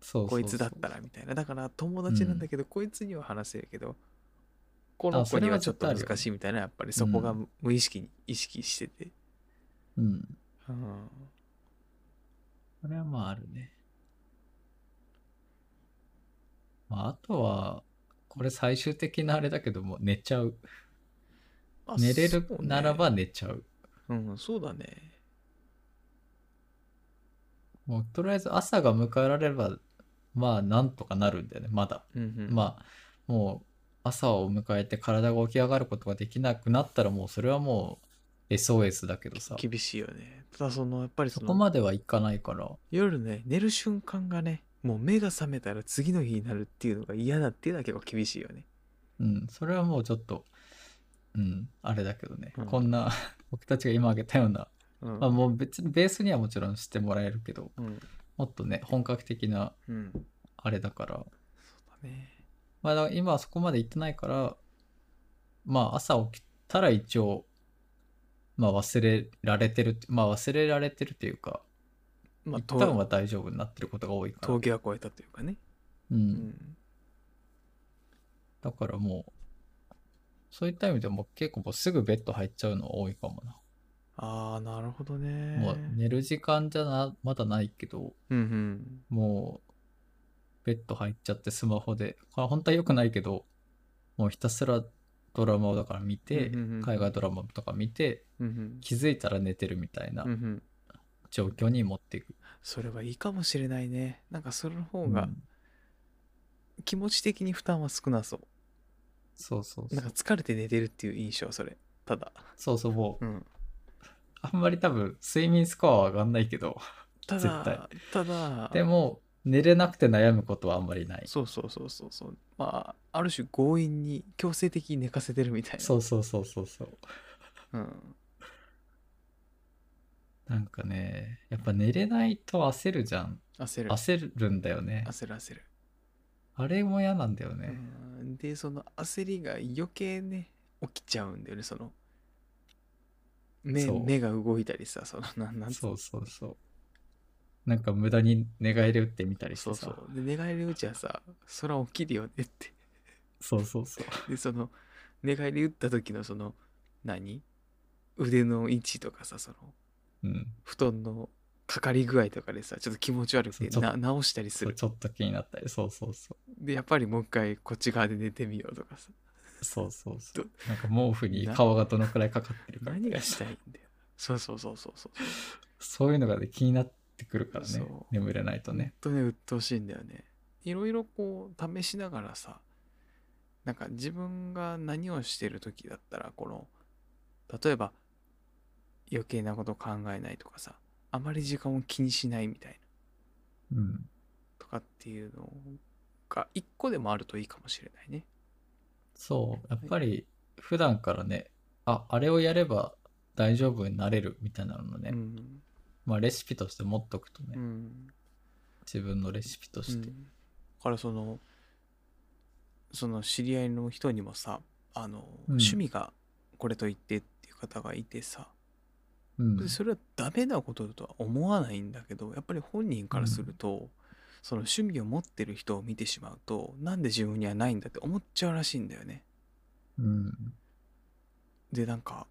Speaker 2: そうそ
Speaker 1: こ
Speaker 2: うそう
Speaker 1: いつだったらみたいな。だから友達なんだけど、こいつには話せるけど、この
Speaker 2: あ
Speaker 1: 子
Speaker 2: それ
Speaker 1: には
Speaker 2: は
Speaker 1: ちょっと
Speaker 2: 絶対あるよ
Speaker 1: 難しいみたいな、やっぱりそこが
Speaker 2: う
Speaker 1: 無意識に意識してて。
Speaker 2: うん。
Speaker 1: うん。
Speaker 2: それはまああるね。まあ、あとは、これ最終的なあれだけども、寝ちゃう。
Speaker 1: あ
Speaker 2: 寝れる
Speaker 1: そうね
Speaker 2: ならば寝ちゃう。
Speaker 1: うん、そうだね。
Speaker 2: もうとりあえず朝が迎えられれば、まあなんとかなるんだよね、まだ。
Speaker 1: うんうん、あ、
Speaker 2: まあ、もう朝を迎えて体が起き上がることができなくなったらもうそれはもう SOS だけどさ。
Speaker 1: 厳しいよね。ただ、その、やっぱりそ
Speaker 2: そ
Speaker 1: の、
Speaker 2: こまではいかないから。
Speaker 1: 夜ね、寝る瞬間がね、もう目が覚めたら次の日になるっていうのが嫌だっていうのは結構厳しいよね。
Speaker 2: うん、それはもうちょっと、うん、あれだけどね、
Speaker 1: うん
Speaker 2: こんな <laughs> 僕たちが今挙げたような、
Speaker 1: うん。
Speaker 2: まあもう別にベースにはもちろんしてもらえるけど、
Speaker 1: うん。
Speaker 2: もっとね、本格的な
Speaker 1: うん。そう
Speaker 2: あれだから、
Speaker 1: だね。
Speaker 2: まあだから今はそこまで行ってないから、まあ朝起きたら一応、まあ忘れられてるって、まあ忘れられてるというか、
Speaker 1: まあ、
Speaker 2: 一旦
Speaker 1: 峠
Speaker 2: は大丈夫になってることが多いから、
Speaker 1: 峠は越えたというかね。
Speaker 2: う、
Speaker 1: うんん。
Speaker 2: だからもう、そういった意味でも結構もうすぐベッド入っちゃうのは多いかもな。
Speaker 1: ああ、なるほどね。
Speaker 2: もう寝る時間じゃな、まだないけど、
Speaker 1: うんうん。
Speaker 2: もう、ベッド入っちゃってスマホで、これ本当は良くないけど、もうひたすらドラマをだから見て、
Speaker 1: うんうんうん
Speaker 2: 海外ドラマとか見て、
Speaker 1: うんうん。
Speaker 2: 気づいたら寝てるみたいな
Speaker 1: うんうん。
Speaker 2: 状況に持っていく。
Speaker 1: それはいいかもしれないね。なんかその方が
Speaker 2: うん
Speaker 1: 気持ち的に負担は少なそう。
Speaker 2: そうそうそ
Speaker 1: なんか
Speaker 2: う。
Speaker 1: 疲れて寝てるっていう印象、それ。ただ。
Speaker 2: そうそう、もう、
Speaker 1: うん。
Speaker 2: あんまり多分、睡眠スコアは上がんないけど、
Speaker 1: た
Speaker 2: 絶対
Speaker 1: だ、ただ、
Speaker 2: でも、寝れなくて悩むことはあんまりない。
Speaker 1: そうそうそうそうそう。まあ、ある種強引に強制的に寝かせてるみたいな。
Speaker 2: そうそうそうそうそう。
Speaker 1: うん。
Speaker 2: なんかね、やっぱ寝れないと焦るじゃん。
Speaker 1: 焦る。
Speaker 2: 焦るんだよね。
Speaker 1: 焦る焦る。
Speaker 2: あれも嫌なんだよね。
Speaker 1: うんで、その焦りが余計ね、起きちゃうんだよね、その。目
Speaker 2: そう
Speaker 1: 目が動いたりさ、その、なんなんつ
Speaker 2: そうそうそう。なんか無駄に寝返り打ってみたりして
Speaker 1: そう
Speaker 2: さ。
Speaker 1: そう。で、寝返り打ちはさ、空起きるよねって。
Speaker 2: そうそうそう。
Speaker 1: でその寝返り打った時のその何腕の位置とかさその
Speaker 2: うん。
Speaker 1: 布団のかかり具合とかでさちょっと気持ち悪くて
Speaker 2: そうちょっ
Speaker 1: な
Speaker 2: と
Speaker 1: 直したりす
Speaker 2: そう
Speaker 1: る
Speaker 2: ちょっと気になったり。そうそうそ
Speaker 1: でやっぱりもう一回こっち側で寝てみようとかさ
Speaker 2: う。そうそうそう
Speaker 1: ど。
Speaker 2: なんか毛布に顔がどのくらいかかってるか。
Speaker 1: 何がしたいんだよそうそうそうそうそう
Speaker 2: そういうのがね気になってくるから
Speaker 1: そ
Speaker 2: ね
Speaker 1: う。
Speaker 2: 眠れないとね。
Speaker 1: ほんとね鬱陶しいんだよねいろいろこう試しながらさなんか自分が何をしてる時だったらこの例えば余計なこと考えないとかさあまり時間を気にしないみたいな
Speaker 2: うん。
Speaker 1: とかっていうのが一個でもあるといいかもしれないね。
Speaker 2: そう。やっぱり普段からね、あ、あれをやれば大丈夫になれるみたいなのね。
Speaker 1: うん。
Speaker 2: まあレシピとして持っとくとね。
Speaker 1: うん。
Speaker 2: 自分のレシピと
Speaker 1: う
Speaker 2: し
Speaker 1: ん
Speaker 2: て。
Speaker 1: だからその、その知り合いの人にもさ、あの、
Speaker 2: うん
Speaker 1: 趣味がこれと言ってっていう方がいてさ、
Speaker 2: うん。
Speaker 1: でそれはダメなことだとは思わないんだけど、やっぱり本人からすると、その趣味を持ってる人を見てしまうと、なんで自分にはないんだって思っちゃうらしいんだよね。
Speaker 2: うん。
Speaker 1: でなんか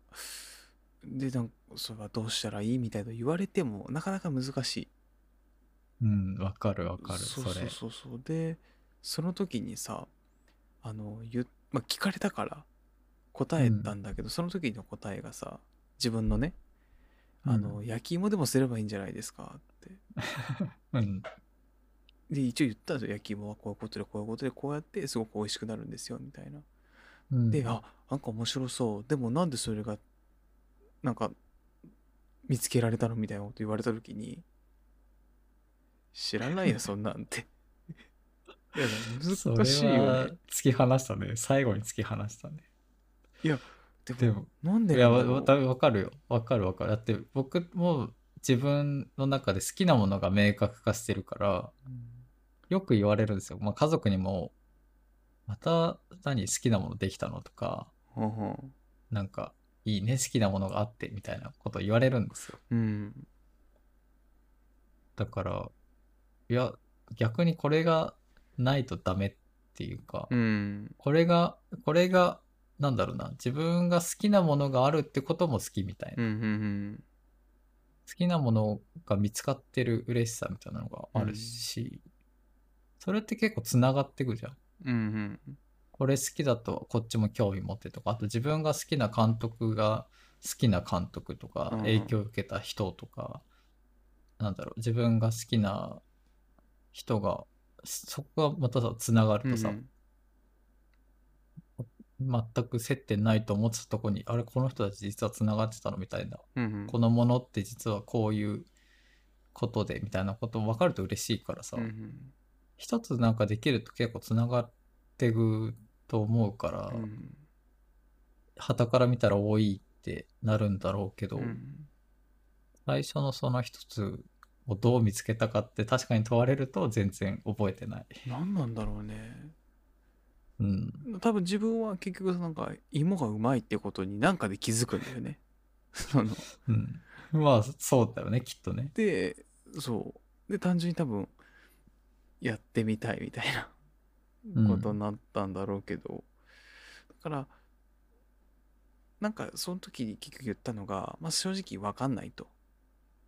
Speaker 1: でなんかそれはどうしたらいいみたいなの言われてもなかなか難しい
Speaker 2: うん。わかるわかる。
Speaker 1: そ
Speaker 2: そう
Speaker 1: そう
Speaker 2: れ。
Speaker 1: そうそうでその時にさあの言う、まあ、聞かれたから答えたんだけど、その時の答えがさ自分のねあの、
Speaker 2: うん
Speaker 1: 焼き芋でもすればいいんじゃないですかって
Speaker 2: うん。
Speaker 1: で一応言ったんですよ焼き芋はこういうことでこういうことでこうやってすごく美味しくなるんですよみたいな
Speaker 2: うん
Speaker 1: で、あなんか面白そうでもなんでそれがなんか見つけられたのみたいなこと言われた時に知ら
Speaker 2: <laughs>
Speaker 1: ないよそんなんていや難しい
Speaker 2: それ
Speaker 1: よ
Speaker 2: は
Speaker 1: ね
Speaker 2: 突き放したね。最後に突き放したね。
Speaker 1: でも
Speaker 2: でも、
Speaker 1: なん
Speaker 2: い
Speaker 1: で
Speaker 2: や、
Speaker 1: な
Speaker 2: わ
Speaker 1: んだろう
Speaker 2: わたわかるよ。わかるわかる。だって僕も自分の中で好きなものが明確化してるから、よく言われるんですよ。まあ家族にも、また何好きなものできたのとか、
Speaker 1: うん
Speaker 2: なんかいいね、好きなものがあってみたいなこと言われるんですよ。
Speaker 1: うん
Speaker 2: だから、いや、逆にこれがないとダメっていうか、
Speaker 1: うん
Speaker 2: これが、これが、なんだろうな、自分が好きなものがあるってことも好きみたいな。
Speaker 1: うんうん
Speaker 2: 好きなものが見つかってる嬉しさみたいなのがあるし、それって結構つながってくじゃん。
Speaker 1: うんうんうん
Speaker 2: これ好きだとこっちも興味持ってとかあと自分が好きな監督が好きな監督とか
Speaker 1: うんうん
Speaker 2: 影響を受けた人とか、なんだろう自分が好きな人がそこがまたさつながるとさ、
Speaker 1: うん
Speaker 2: 全く接点ないと思ってたとこにあれこの人たち実はつながってたのみたいな
Speaker 1: うんうん
Speaker 2: このものって実はこういうことでみたいなこと分かると嬉しいからさ、
Speaker 1: うんうん
Speaker 2: 一つなんかできると結構つながってくと思うから、
Speaker 1: うん
Speaker 2: 旗から見たら多いってなるんだろうけど、
Speaker 1: うん
Speaker 2: 最初のその一つをどう見つけたかって確かに問われると全然覚えてない。
Speaker 1: 何なんだろうね
Speaker 2: うん、
Speaker 1: 多分自分は結局なんか芋がうまいってことに何かで気づくんだよね <laughs> その <laughs>
Speaker 2: うん、まあそうだよねきっとね。
Speaker 1: でそうで単純に多分やってみたいみたいな
Speaker 2: うん
Speaker 1: ことになったんだろうけど、だからなんかその時に結局言ったのが、まあ、正直分かんないと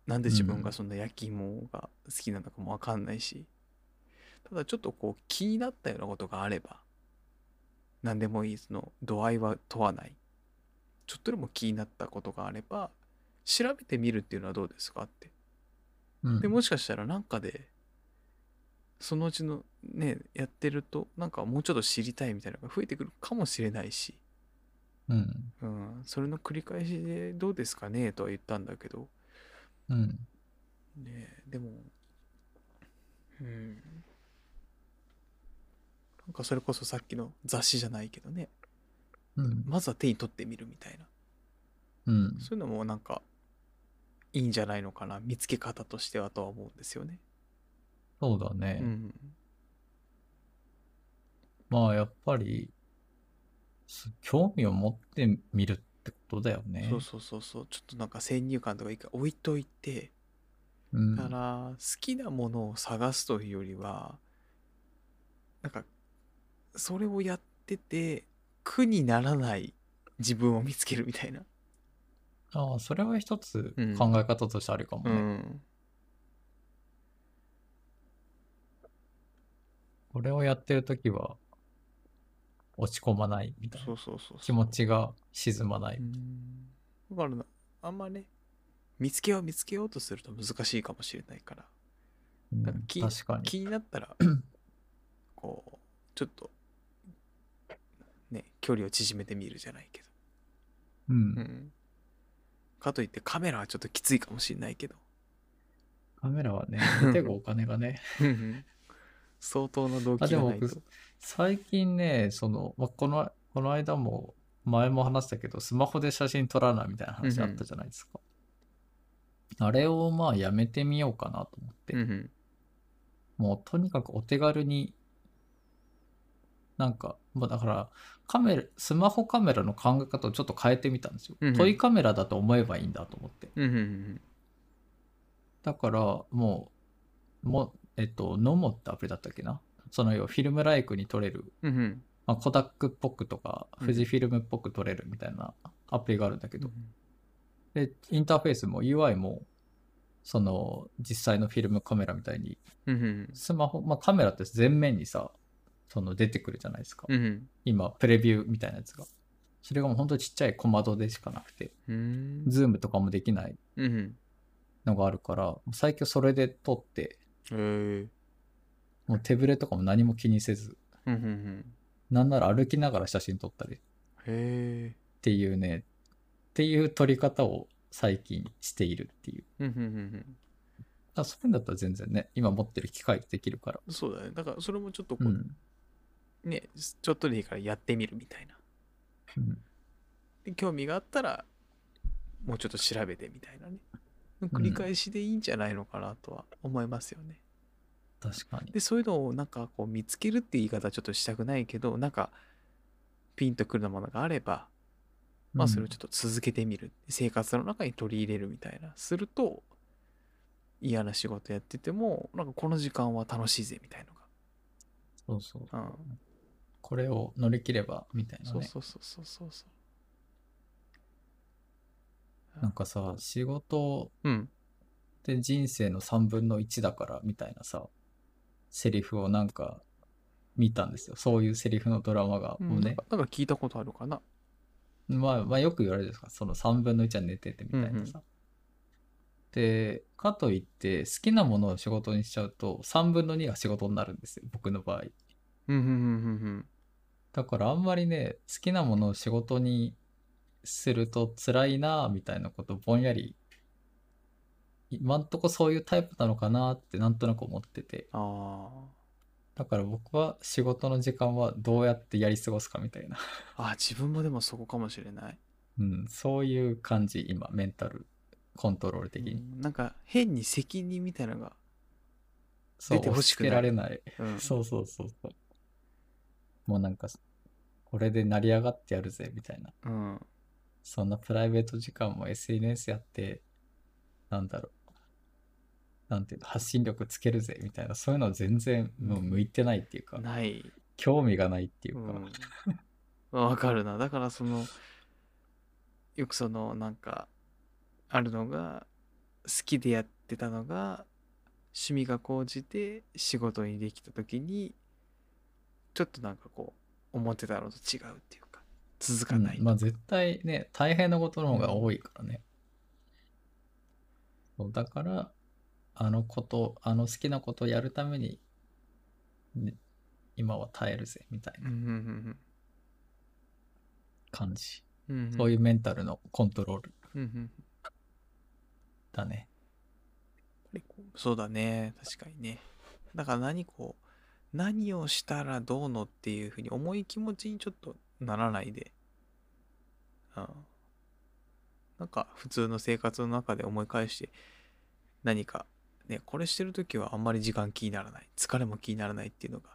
Speaker 1: なんで自分がそんな焼き芋が好きなのかも分かんないし、ただちょっとこう気になったようなことがあれば何でもいいその度合いは問わないちょっとでも気になったことがあれば調べてみるっていうのはどうですかって
Speaker 2: うん
Speaker 1: でもしかしたらなんかでそのうちのねやってるとなんかもうちょっと知りたいみたいなのが増えてくるかもしれないし、
Speaker 2: うん
Speaker 1: うん、それの繰り返しでどうですかねとは言ったんだけど、
Speaker 2: うん
Speaker 1: ねえ、でもうんなんかそれこそさっきの雑誌じゃないけどね
Speaker 2: うん
Speaker 1: まずは手に取ってみるみたいな
Speaker 2: うん
Speaker 1: そういうのもなんかいいんじゃないのかな見つけ方としてはとは思うんですよね。
Speaker 2: そうだね。
Speaker 1: うん
Speaker 2: まあやっぱりす興味を持ってみるってことだよね。
Speaker 1: そうそうそうそうちょっとなんか先入観とか一回置いといて
Speaker 2: うん
Speaker 1: だから好きなものを探すというよりはなんかそれをやってて苦にならない自分を見つけるみたいな、
Speaker 2: ああそれは一つ
Speaker 1: うん
Speaker 2: 考え方としてあるかもね。
Speaker 1: ん、
Speaker 2: これをやってるときは落ち込まないみたい
Speaker 1: そ
Speaker 2: な
Speaker 1: うそうそうそう
Speaker 2: 気持ちが沈まない。
Speaker 1: うんだからなあんまね見つけよう見つけようとすると難しいかもしれないから
Speaker 2: うん
Speaker 1: なんか気
Speaker 2: 確かに。
Speaker 1: 気になった
Speaker 2: <clears throat>
Speaker 1: らこうちょっとね距離を縮めてみるじゃないけど
Speaker 2: うん
Speaker 1: うん、かといってカメラはちょっときついかもしれないけど
Speaker 2: カメラ
Speaker 1: <laughs>
Speaker 2: はね結構お金がね。
Speaker 1: 相当の動
Speaker 2: あ
Speaker 1: 機
Speaker 2: で
Speaker 1: が
Speaker 2: も
Speaker 1: ないと
Speaker 2: 僕最近ねその、まあ、このこの間も前も話したけどスマホで写真撮らないみたいな話あったじゃないですか。あれをまあやめてみようかなと思って。
Speaker 1: うん
Speaker 2: もうとにかくお手軽に、なんか、まあだから、カメラ、スマホカメラの考え方をちょっと変えてみたんですよ
Speaker 1: うんう。ん
Speaker 2: トイカメラだと思えばいいんだと思って。
Speaker 1: うんうんうん
Speaker 2: だから、もう、もう、えっと、ノモってアプリだったっけなその要はフィルムライクに撮れる、
Speaker 1: うんうんうん
Speaker 2: まあ、コダックっぽくとか、
Speaker 1: うん
Speaker 2: 富士フィルムっぽく撮れるみたいなアプリがあるんだけ
Speaker 1: う
Speaker 2: ど、
Speaker 1: ん
Speaker 2: で、インターフェースも UI も、その、実際のフィルムカメラみたいに、
Speaker 1: うんうん
Speaker 2: スマホ、まあ、カメラって全面にさ、その出てくるじゃないですか。
Speaker 1: うん
Speaker 2: 今、プレビューみたいなやつが。それがもうほんとちっちゃい小窓でしかなくて、
Speaker 1: うん
Speaker 2: ズームとかもできない
Speaker 1: うん
Speaker 2: のがあるから、最近それで撮って、
Speaker 1: へえ
Speaker 2: もう手ぶれとかも何も気にせず、
Speaker 1: うんうんうん
Speaker 2: なんなら歩きながら写真撮ったりっ
Speaker 1: へえ
Speaker 2: ていうね、っていう撮り方を最近しているっていう。
Speaker 1: うんうんうん
Speaker 2: あそういうんだったら全然ね、今持ってる機械でできるから。
Speaker 1: うんそうだねだからそれもちょっとこ
Speaker 2: う
Speaker 1: う、
Speaker 2: ん。
Speaker 1: ねちょっとでいいからやってみるみたいな
Speaker 2: うん
Speaker 1: で興味があったらもうちょっと調べてみたいなね繰り返しでいいんじゃないのかなとは思いますよね、
Speaker 2: 確かに。
Speaker 1: でそういうのをなんかこう見つけるって言い方はちょっとしたくないけどなんかピンとくるようなものがあれば、まあ、それをちょっと続けてみる、生活の中に取り入れるみたいなすると嫌な仕事やっててもなんかこの時間は楽しいぜみたい
Speaker 2: うんそうそう。
Speaker 1: のが、
Speaker 2: これを乗り切れば、みたい
Speaker 1: うん、
Speaker 2: な
Speaker 1: そう
Speaker 2: ね。
Speaker 1: そうそうそうそうそ
Speaker 2: なんかさ、仕事
Speaker 1: ううん
Speaker 2: で人生の3分の1だからみたいなさセリフをなんか見たんですよ。そういうセリフのドラマが、
Speaker 1: うん
Speaker 2: も
Speaker 1: な
Speaker 2: う
Speaker 1: ん
Speaker 2: ね
Speaker 1: か、なんか聞いたことあるかな。
Speaker 2: まあ、まあよく言われるんですか、その3分の1は寝ててみたいなさ。で、かといって、好きなものを仕事にしちゃうと、3分の2が仕事になるんですよ、僕の場合。
Speaker 1: うんうんうん
Speaker 2: だからあんまりね、好きなものを仕事にすると辛いなぁみたいなことぼんやり、今んとこそういうタイプなのかなってなんとなく思ってて。
Speaker 1: うんうん。
Speaker 2: だから僕は仕事の時間はどうやってやり過ごすかみたいな。 <laughs>
Speaker 1: あーあー、自分もでもそこかもしれない。
Speaker 2: うん、そういう感じ、今、メンタルコントロール的に。
Speaker 1: うんなんか変に責任みたいなのが、
Speaker 2: そう、
Speaker 1: 出て
Speaker 2: 押
Speaker 1: ほ
Speaker 2: し
Speaker 1: しく
Speaker 2: 付
Speaker 1: ない
Speaker 2: けられない。 <laughs>
Speaker 1: うん
Speaker 2: そうそうそうそう。もうなんか、これで成り上がってやるぜみたいな。
Speaker 1: うん、
Speaker 2: そんなプライベート時間も SNS やって、なんだろう。なんていうの、発信力つけるぜみたいな、そういうの全然もう向いてないっていうか、
Speaker 1: ない。
Speaker 2: 興味がないっていううか、
Speaker 1: ん <laughs> わかるな。だからその、よくその、なんか、あるのが、好きでやってたのが、趣味が高じて仕事にできた時に、ちょっとなんかこう、思ってたのと違うっていうか、続かない。
Speaker 2: うんまあ絶対ね、大変なことの方が多いからね。そうだから、あのこと、あの好きなことをやるために、ね今は耐えるぜみたい
Speaker 1: うん
Speaker 2: な
Speaker 1: うんうん
Speaker 2: 感じ。
Speaker 1: うんうんうん
Speaker 2: そういうメンタルのコントロール
Speaker 1: うんうん
Speaker 2: だね。
Speaker 1: やっぱりこうそうだね確かにねだから何こう何をしたらどうのっていうふうに重い気持ちにちょっとならないで、うん、なんか普通の生活の中で思い返して何かねこれしてる時はあんまり時間気にならない疲れも気にならないっていうのが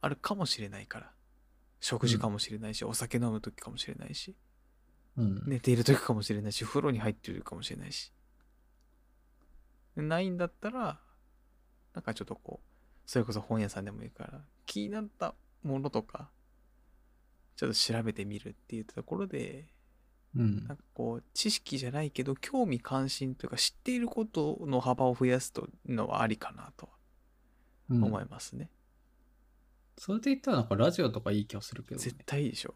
Speaker 1: あるかもしれないから食事かもしれないし、お酒飲む時かもしれないし
Speaker 2: うん。
Speaker 1: 寝ている時かもしれないし風呂に入っているかもしれないしでないんだったらなんかちょっとこうそれこそ本屋さんでもいいから気になったものとかちょっと調べてみるっていうところで
Speaker 2: うん
Speaker 1: なんかこう知識じゃないけど興味関心というか知っていることの幅を増やすとのはありかなとは
Speaker 2: うん
Speaker 1: 思いますね、
Speaker 2: それで言ったらなんかラジオとかいい気がするけどね、
Speaker 1: 絶対いいでしょ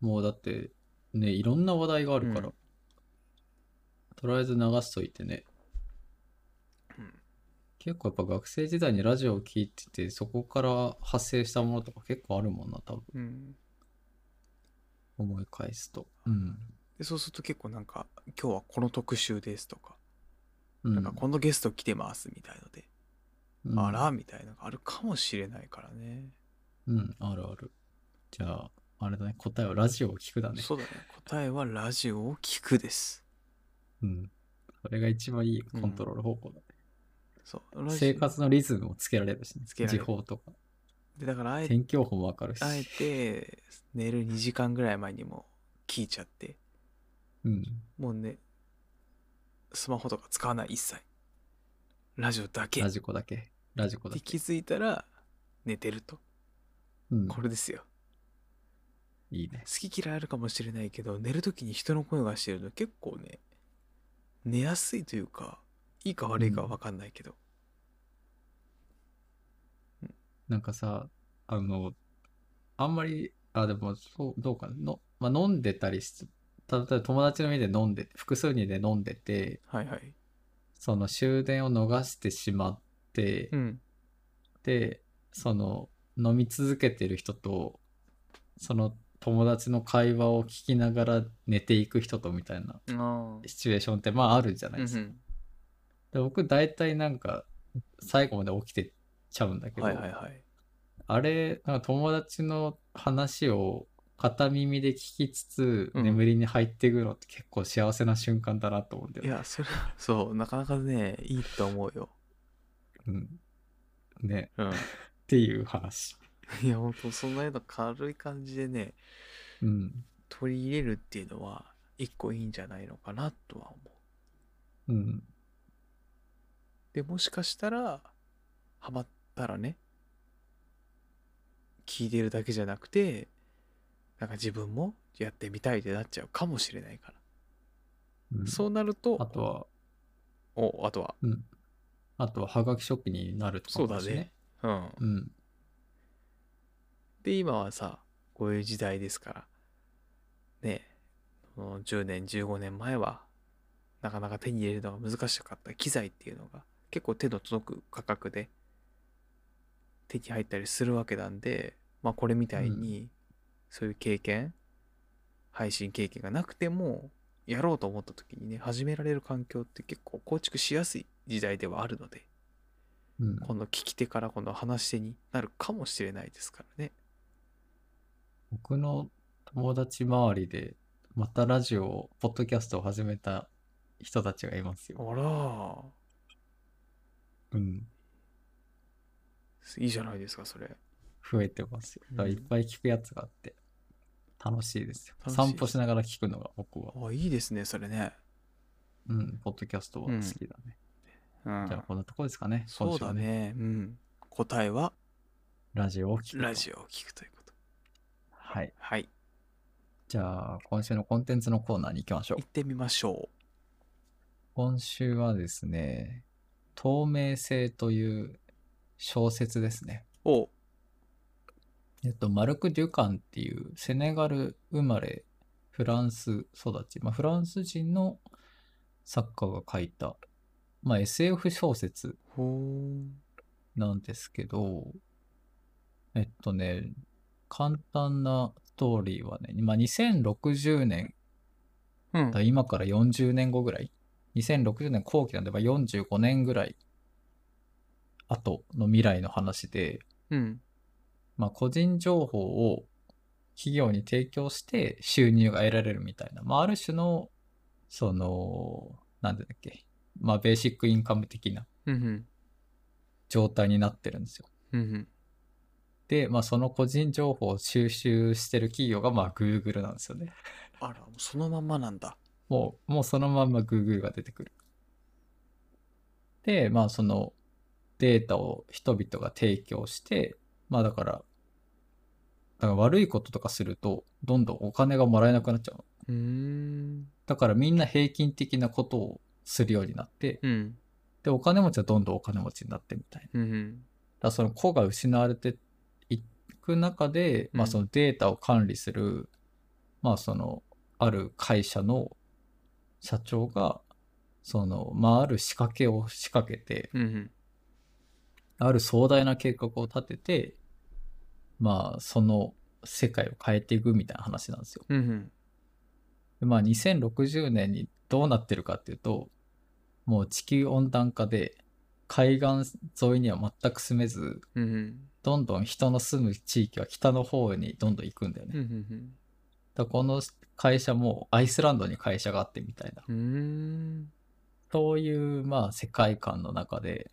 Speaker 2: もうだってね、いろんな話題があるから、
Speaker 1: うん
Speaker 2: とりあえず流しといてね、
Speaker 1: うん
Speaker 2: 結構やっぱ学生時代にラジオを聞いてて、そこから発生したものとか結構あるもんな、多分
Speaker 1: うん
Speaker 2: 思い返すと。うん。
Speaker 1: でそうすると結構なんか今日はこの特集ですとか、
Speaker 2: な
Speaker 1: なんかこのゲスト来てますみたいので
Speaker 2: うん、
Speaker 1: あらみたいなのがあるかもしれないからね。
Speaker 2: うん、あるある。じゃあ、あれだね、答えはラジオを聞くだね。
Speaker 1: そうだね。答えはラジオを聞くです。
Speaker 2: うん。それが一番いいコントロール方法だね。
Speaker 1: そう。ラジオ
Speaker 2: 生活のリズムもつけられるしね。
Speaker 1: つけられる
Speaker 2: 時報とか。
Speaker 1: でだからあえて、
Speaker 2: 天気予報もわかるし。
Speaker 1: あえて寝る2時間ぐらい前にも聞いちゃって、
Speaker 2: うん。
Speaker 1: もうね、スマホとか使わない一切。ラジオだけ。
Speaker 2: ラ
Speaker 1: で
Speaker 2: ジコだけ。ラジコだけ。
Speaker 1: 気づいたら寝てると。
Speaker 2: うん。
Speaker 1: これですよ。
Speaker 2: いいね。
Speaker 1: 好き嫌いあるかもしれないけど、寝るときに人の声がしてるの結構ね、寝やすいというか、いいか悪いかは分かんないけど。
Speaker 2: なんかさ、あの、あんまり、あ、でも、そう、どうかな。のまあ、飲んでたりし、た例えば友達の家で飲んで、複数人で飲んでて、
Speaker 1: はいはい。
Speaker 2: その終電を逃してしまって、
Speaker 1: うん。
Speaker 2: で、その、飲み続けてる人と、その友達の会話を聞きながら寝ていく人とみたいな
Speaker 1: あ
Speaker 2: シチュエーションって、まああるじゃないですか。で僕、大体なんか、最後まで起きてちゃうんだけど、
Speaker 1: はいはいはい。
Speaker 2: あれ、なんか友達の話を片耳で聞きつつ、
Speaker 1: うん
Speaker 2: 眠りに入っていくのって結構幸せな瞬間だなと思うんだよ
Speaker 1: い
Speaker 2: ね。
Speaker 1: や、それは、 <laughs> そう、なかなかね、いいと思うよ。
Speaker 2: うん、ね、
Speaker 1: うん。
Speaker 2: っていう話。
Speaker 1: いや、ほんと、そんなような軽い感じでね、
Speaker 2: うん。
Speaker 1: 取り入れるっていうのは、一個いいんじゃないのかなとは思う。
Speaker 2: うん。
Speaker 1: で、もしかしたら、ハマったらね、聞いてるだけじゃなくて、なんか自分もやってみたいってなっちゃうかもしれないから。
Speaker 2: うん
Speaker 1: そうなると、
Speaker 2: あとは、
Speaker 1: お、あとは、
Speaker 2: あとは、はがき職人になるとか
Speaker 1: そうだ
Speaker 2: し
Speaker 1: ね。うん。
Speaker 2: うん。
Speaker 1: で、今はさ、こういう時代ですから、ね、この10年、15年前は、なかなか手に入れるのが難しかった機材っていうのが、結構手の届く価格で、手に入ったりするわけなんで、まあこれみたいに、そういう経験、配信経験がなくても、やろうと思った時にね、始められる環境って結構構築しやすい時代ではあるので、
Speaker 2: うん
Speaker 1: この聞き手からこの話し手になるかもしれないですからね。
Speaker 2: 僕の友達周りで、またラジオ、ポッドキャストを始めた人たちがいますよ。
Speaker 1: あら、
Speaker 2: うん。
Speaker 1: いいじゃないですか、それ。
Speaker 2: 増えてますよ。だからいっぱい聞くやつがあって、楽しいですよ。
Speaker 1: 楽しい
Speaker 2: 散歩しながら聞くのが僕は、
Speaker 1: あ、いいですね、それね。
Speaker 2: うん、ポッドキャストは好きだね。
Speaker 1: うん
Speaker 2: じゃあ、こんなとこですかね。
Speaker 1: そう
Speaker 2: 今
Speaker 1: だ
Speaker 2: 週は。
Speaker 1: ね。うん。答えは、
Speaker 2: ラジオを聞くと。
Speaker 1: ラジオを聞くということ。
Speaker 2: はい。
Speaker 1: はい。
Speaker 2: じゃあ、今週のコンテンツのコーナーに行きましょう
Speaker 1: 行っ。てみましょ
Speaker 2: 今週はですね、透明性という小説ですね。
Speaker 1: う。おう
Speaker 2: えっと、マルク・デュカンっていうセネガル生まれフランス育ち、まあ、フランス人の作家が書いた、まあ、SF 小説
Speaker 1: ほー
Speaker 2: なんですけど、えっとね、簡単なストーリーはね、まあ、2060年
Speaker 1: うん
Speaker 2: だから今から40年後ぐらい、2060年後期なんで、まあ45年ぐらい後の未来の話で、
Speaker 1: うん。
Speaker 2: まあ、個人情報を企業に提供して収入が得られるみたいな、まあ、ある種の、その、なんでだっけ、まあ、ベーシックインカム的な
Speaker 1: うんうん。
Speaker 2: 状態になってるんですよ。
Speaker 1: うんうん。
Speaker 2: で、まあ、その個人情報を収集してる企業が、まあ、Google なんですよね。
Speaker 1: あら、もうそのまんまなんだ。
Speaker 2: もう、もうそのまんま Google が出てくる。で、まあそのデータを人々が提供して、まあだから、だから悪いこととかすると、どんどんお金がもらえなくなっちゃうの。
Speaker 1: うーん。
Speaker 2: だからみんな平均的なことをするようになって、
Speaker 1: うん。
Speaker 2: で、お金持ちはどんどんお金持ちになってみたいな。だ
Speaker 1: う
Speaker 2: か
Speaker 1: んうん。
Speaker 2: らその子が失われていく中で、ま
Speaker 1: う
Speaker 2: あ
Speaker 1: ん
Speaker 2: そのデータを管理する、まあその、ある会社の社長が、その、まあある仕掛けを仕掛けて、
Speaker 1: うんうん。
Speaker 2: ある壮大な計画を立てて、まあその世界を変えていくみたいな話なんですよ。
Speaker 1: うんうん。
Speaker 2: でまあ2060年にどうなってるかっていうと、もう地球温暖化で海岸沿いには全く住めず、
Speaker 1: うんうん。
Speaker 2: どんどん人の住む地域は北の方にどんどん行くんだよね。
Speaker 1: うんうん
Speaker 2: だからこの会社もアイスランドに会社があってみたいな。
Speaker 1: うん。うーん。
Speaker 2: そういうまあ世界観の中で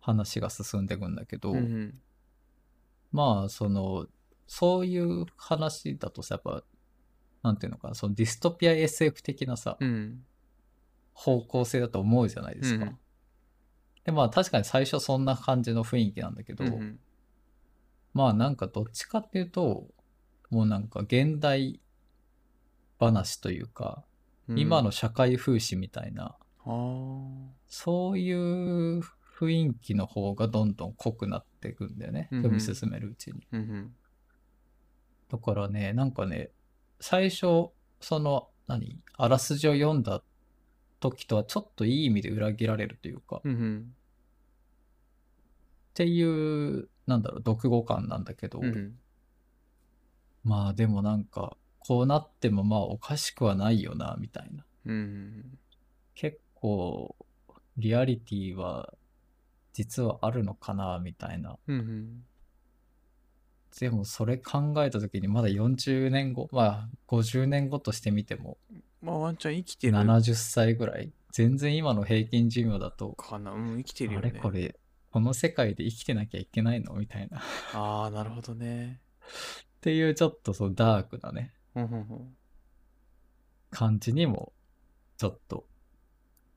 Speaker 2: 話が進んでいくんだけど、
Speaker 1: うんうん。
Speaker 2: まあそのそういう話だとさやっぱなんていうのかなそのディストピア SF 的なさ、
Speaker 1: うん。
Speaker 2: 方向性だと思うじゃないですか。
Speaker 1: うん
Speaker 2: でまあ確かに最初そんな感じの雰囲気なんだけど、
Speaker 1: うんうん。
Speaker 2: まあなんかどっちかっていうともうなんか現代話というか、
Speaker 1: うん
Speaker 2: 今の社会風刺みたいな
Speaker 1: ああ。
Speaker 2: そういう雰囲気の方がどんどん濃くなっていくんだよね、
Speaker 1: うんうん
Speaker 2: 読み進めるうちに。
Speaker 1: うん
Speaker 2: だからね、なんかね、最初、その、何、あらすじを読んだ時とはちょっといい意味で裏切られるというか、
Speaker 1: うん。うんうん。
Speaker 2: っていう、なんだろう、読後感なんだけど、
Speaker 1: うんうん。
Speaker 2: まあでもなんか、こうなってもまあおかしくはないよな、みたいな。
Speaker 1: うんうん。
Speaker 2: 結構、リアリティは実はあるのかな、みたいな。
Speaker 1: うんうん。
Speaker 2: でもそれ考えた時にまだ40年後、まあ50年後としてみても、
Speaker 1: まあワンちゃん生きてる
Speaker 2: 70歳ぐらい全然今の平均寿命だと、
Speaker 1: かな。うん、生きてる
Speaker 2: あ
Speaker 1: よ
Speaker 2: れ
Speaker 1: ね。
Speaker 2: これ、この世界で生きてなきゃいけないのみたいな。っ
Speaker 1: ああ、なるほどね。
Speaker 2: ていうちょっとそのダークなね、
Speaker 1: うんうんうん。
Speaker 2: 感じにも、ちょっと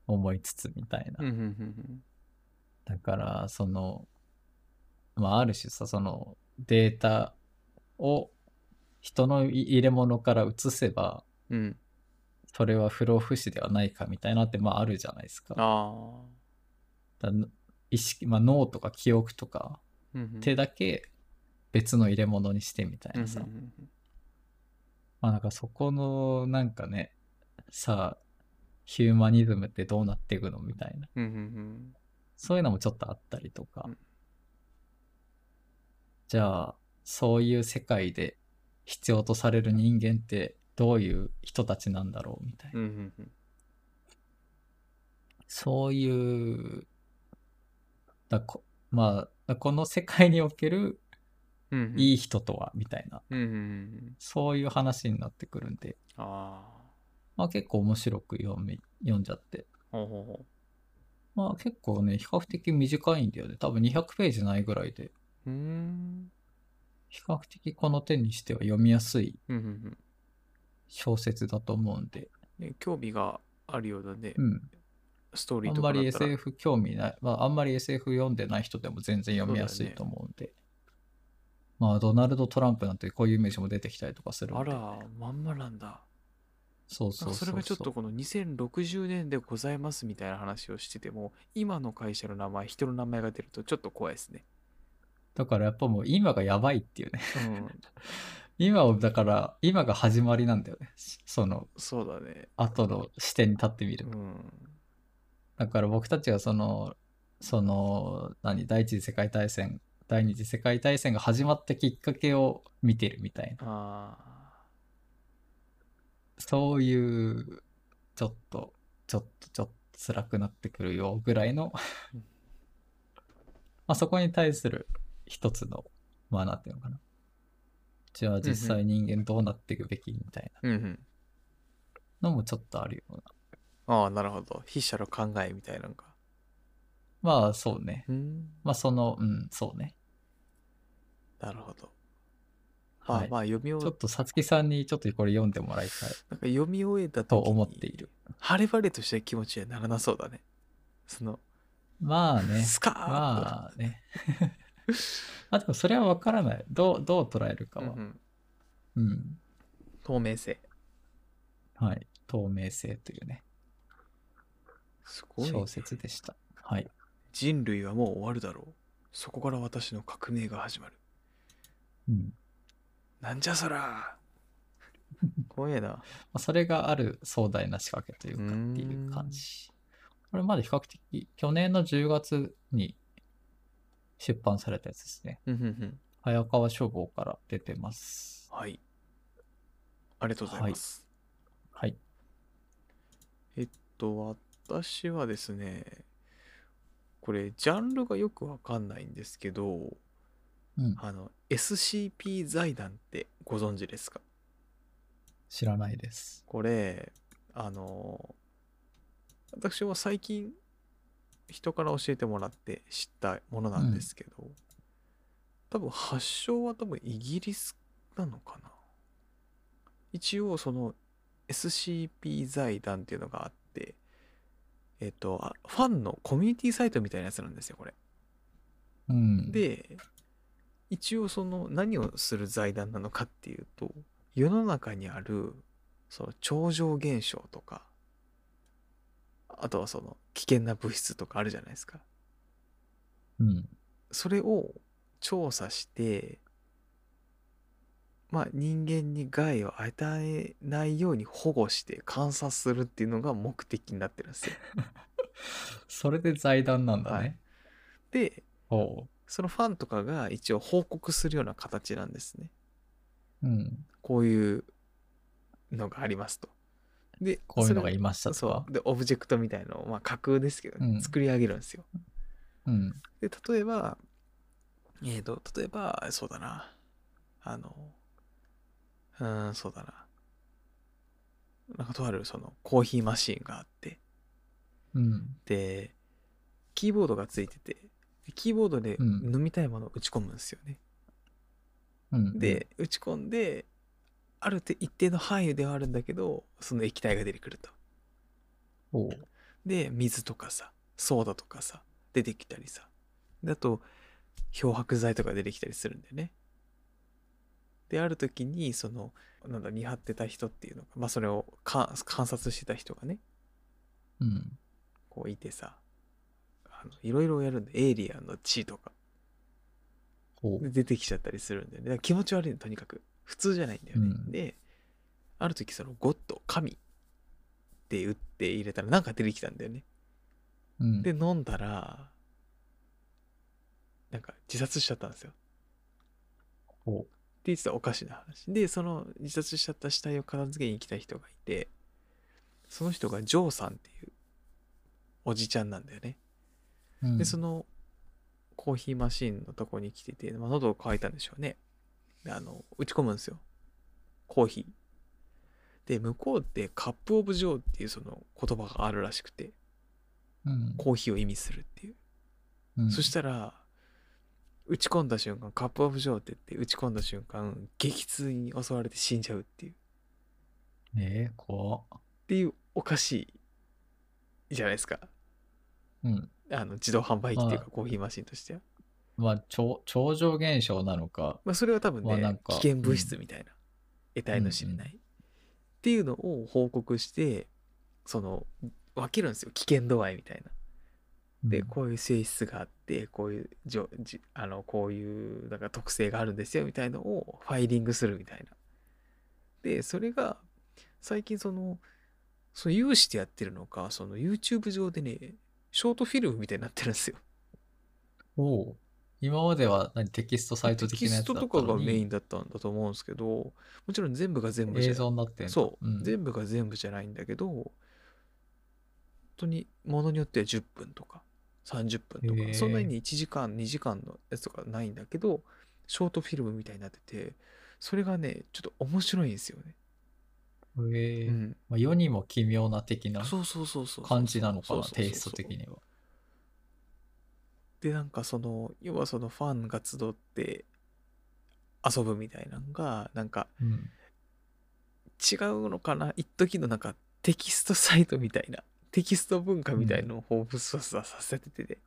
Speaker 2: 思いつつみたい
Speaker 1: うん
Speaker 2: な。
Speaker 1: うんうん
Speaker 2: だから、その、まあある種さ、そのデータを人の入れ物から移せば、
Speaker 1: うん。うん。
Speaker 2: それは不老不死ではないかみたいなって、まああるじゃないですか。
Speaker 1: ああ。
Speaker 2: だ意識、まあ、脳とか記憶とか
Speaker 1: うんうん
Speaker 2: 手だけ別の入れ物にしてみたいなさ、
Speaker 1: うんうん
Speaker 2: まあなんかそこのなんかねさあヒューマニズムってどうなっていくのみたいな
Speaker 1: うんうんうん
Speaker 2: そういうのもちょっとあったりとか、
Speaker 1: うん
Speaker 2: じゃあそういう世界で必要とされる人間ってどういう人たちなんだろうみたいな、
Speaker 1: うんうんうん
Speaker 2: そういうだこまあこの世界における
Speaker 1: うんうん
Speaker 2: いい人とはみたいな、
Speaker 1: うんうんうん
Speaker 2: そういう話になってくるんで、
Speaker 1: ああ
Speaker 2: まあ、結構面白く読み読んじゃって
Speaker 1: ほうほうほ
Speaker 2: まあ結構ね比較的短いんだよね多分200ページないぐらいで
Speaker 1: ううーん
Speaker 2: 比較的この手にしては読みやすい
Speaker 1: うんうんうん
Speaker 2: 小説だと思うんで、
Speaker 1: ね興味があるようだね
Speaker 2: うん、
Speaker 1: ストーリー
Speaker 2: あん
Speaker 1: とかだ
Speaker 2: まり
Speaker 1: ったら
Speaker 2: SF 興味ない、まあ、あんまり SF 読んでない人でも全然読みやすいと思うんで、まあドナルド・トランプなんてこういう名詞も出てきたりとかするんで
Speaker 1: あらまんまなんだ
Speaker 2: そうそう
Speaker 1: なんかそ
Speaker 2: そう
Speaker 1: れがちょっとこの2060年でございますみたいな話をしてても今の会社の名前人の名前が出るとちょっと怖いですね、
Speaker 2: だからやっぱもう今がやばいっていうね
Speaker 1: うん、
Speaker 2: 今をだから今が始まりなんだよねその
Speaker 1: そうだね
Speaker 2: 後の視点に立ってみる
Speaker 1: う
Speaker 2: と、
Speaker 1: ん
Speaker 2: だから僕たちがそのその何第一次世界大戦第二次世界大戦が始まったきっかけを見てるみたいな
Speaker 1: ああ
Speaker 2: そういう、ちょっと、ちょっと、ちょっと辛くなってくるよぐらいの
Speaker 1: うん、
Speaker 2: <laughs> まあそこに対する一つの、まあなんていうのかな。じゃあ実際人間どうなっていくべきみたい
Speaker 1: うんうん
Speaker 2: なのもちょっとあるような。
Speaker 1: ああなるほど筆者の考えみたいなのが
Speaker 2: まあそうね。
Speaker 1: うん
Speaker 2: まあその、うん、そうね。
Speaker 1: なるほどあ、
Speaker 2: はい。
Speaker 1: まあ読み
Speaker 2: ちょ
Speaker 1: 終
Speaker 2: っとさつきさんにちょっとこれ読んでもらいたい
Speaker 1: なんか読み終えた時
Speaker 2: と
Speaker 1: に
Speaker 2: 思っている。
Speaker 1: 晴れ晴れとした気持ちにはならなそうだねその
Speaker 2: まあね。
Speaker 1: スカーッと、
Speaker 2: まあね。 <laughs> あ、でもそれはわからない。どう、どう捉えるか
Speaker 1: うんう
Speaker 2: は。
Speaker 1: ん、
Speaker 2: うん
Speaker 1: 透明性
Speaker 2: はい。透明性というね、
Speaker 1: すごいね
Speaker 2: 小説でした。はい。
Speaker 1: 人類はもう終わるだろうそこから私の革命が始まる
Speaker 2: うん
Speaker 1: なんじゃそら
Speaker 2: <laughs>
Speaker 1: 怖えな
Speaker 2: まあ、それがある壮大な仕掛けというか
Speaker 1: う
Speaker 2: っ
Speaker 1: ーん
Speaker 2: ていう感じ。これまで比較的、去年の10月に出版されたやつですね。
Speaker 1: うんうんうん
Speaker 2: 早川書房から出てます。
Speaker 1: はいありがとうございます、
Speaker 2: はい。
Speaker 1: えっと私はですねこれジャンルがよくわかんないんですけど
Speaker 2: うん。
Speaker 1: あの SCP 財団ってご存知ですか
Speaker 2: 知らないです。
Speaker 1: これあの私は最近人から教えてもらって知ったものなんですけど、多分発祥は多分イギリスなのかな一応その SCP 財団っていうのがあってえっとあファンのコミュニティサイトみたいなやつなんですよこれ
Speaker 2: うん。、
Speaker 1: で一応その何をする財団なのかっていうと世の中にあるその超常現象とかあとはその危険な物質とかあるじゃないですか
Speaker 2: うん。
Speaker 1: それを調査してまあ人間に害を与えないように保護して観察するっていうのが目的になってるんですよ。
Speaker 2: それで財団なんだね。
Speaker 1: で
Speaker 2: おう。
Speaker 1: そのファンとかが一応報告するような形なんですね。
Speaker 2: うん。
Speaker 1: こういうのがありますと。で、
Speaker 2: こういうのが
Speaker 1: い
Speaker 2: いましたと
Speaker 1: そ
Speaker 2: か。
Speaker 1: う。で、オブジェクトみたいのを、まあ、架空ですけどね、
Speaker 2: うん
Speaker 1: 作り上げるんですよ。
Speaker 2: うん。
Speaker 1: で、例えば、えっ、と、例えば、そうだな。あの、うーん、そうだな。なんかとあるそのコーヒーマシーンがあって、
Speaker 2: うん。
Speaker 1: で、キーボードがついてて、キーボードで
Speaker 2: うん
Speaker 1: 飲みたいものを打ち込むんですよね。
Speaker 2: うん。
Speaker 1: で、打ち込んであるて一定の範囲ではあるんだけどその液体が出てくると
Speaker 2: おう、
Speaker 1: で水とかさソーダとかさ出てきたりさであと漂白剤とか出てきたりするんだよねである時にそのなんだ見張ってた人っていうのがまあそれをか観察してた人がね
Speaker 2: うん。
Speaker 1: こういてさあのいろいろやるんでエイリアンの血とか
Speaker 2: お
Speaker 1: で出てきちゃったりするんだよねだから気持ち悪いのとにかく普通じゃないんだよね、
Speaker 2: うん
Speaker 1: である時その「ゴッド神」って打って入れたらなんか出てきたんだよね
Speaker 2: うん
Speaker 1: で飲んだらなんか自殺しちゃったんですよ
Speaker 2: お
Speaker 1: って言ってたおかしな話でその自殺しちゃった死体を片付けに来た人がいてその人がジョーさんっていうおじちゃんなんだよね、
Speaker 2: うん
Speaker 1: でそのコーヒーマシンのとこに来てて、まあ、喉を渇いたんでしょうねであの打ち込むんですよコーヒーで向こうってカップ・オブ・ジョーっていうその言葉があるらしくて
Speaker 2: うん
Speaker 1: コーヒーを意味するっていう
Speaker 2: うん
Speaker 1: そしたら、打ち込んだ瞬間、カップオブジョーって言って、打ち込んだ瞬間、激痛に襲われて死んじゃうっていう、っ
Speaker 2: えー、怖って
Speaker 1: いうおかしいじゃないですか。
Speaker 2: うん。
Speaker 1: あの、自動販売機っていうか、
Speaker 2: は
Speaker 1: コーヒーマシンとしては。
Speaker 2: まあ、超超常現象なのか。
Speaker 1: まあ、それは多分
Speaker 2: まあなん
Speaker 1: ね、
Speaker 2: か
Speaker 1: 危険物質みたいな、得体の知れない、っていうのを報告して、その、分けるんですよ、危険度合いみたいな。で
Speaker 2: うん
Speaker 1: こういう性質があってこういうじょじあのこういうなんか特性があるんですよみたいのをファイリングするみたいな。でそれが最近そのその有志でやってるのかその YouTube 上でねショートフィルムみたいになってるんですよ。
Speaker 2: おう今までは何テキストサイト
Speaker 1: テ
Speaker 2: 的
Speaker 1: キ
Speaker 2: なや
Speaker 1: ス
Speaker 2: つ
Speaker 1: ト
Speaker 2: だった
Speaker 1: とかが
Speaker 2: のに
Speaker 1: メインだったんだと思うんですけどもちろん全部が全部じゃ
Speaker 2: 映像になってんだ
Speaker 1: そう、
Speaker 2: うん、
Speaker 1: 全部が全部じゃないんだけど本当にものによっては10分とか30分とか、
Speaker 2: へえ
Speaker 1: そんなに1時間2時間のやつとかないんだけどショートフィルムみたいになっててそれがねちょっと面白いんですよね、
Speaker 2: えー
Speaker 1: うん、
Speaker 2: まあ、世にも奇妙な的な
Speaker 1: そうそうそうそう
Speaker 2: 感じなのかな、
Speaker 1: そうそうそうそう
Speaker 2: テイスト的には。
Speaker 1: でなんかその要はそのファンが集って遊ぶみたいなのがなんか
Speaker 2: うん、
Speaker 1: 違うのかな一時のなんかテキストサイトみたいなテキスト文化みたいのを放物させてて、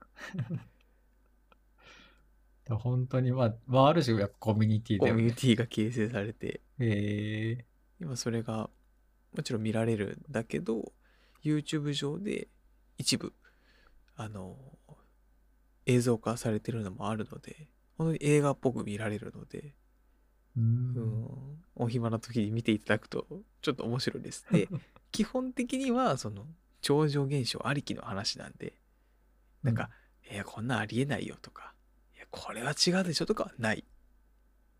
Speaker 2: だから本当に、まあ、まあ、ある種やっぱコミュニティ
Speaker 1: コ
Speaker 2: で、
Speaker 1: ミュニ
Speaker 2: ね。
Speaker 1: ティが形成されて
Speaker 2: えー
Speaker 1: 今それがもちろん見られるんだけど YouTube 上で一部あの映像化されてるのもあるので本当に映画っぽく見られるので、
Speaker 2: う
Speaker 1: うんん、お暇な時に見ていただくとちょっと面白いです。 <laughs> で基本的にはその超常現象ありきの話なんでなんか、「いやこんなんありえないよ」とか「いやこれは違うでしょ」とかはない。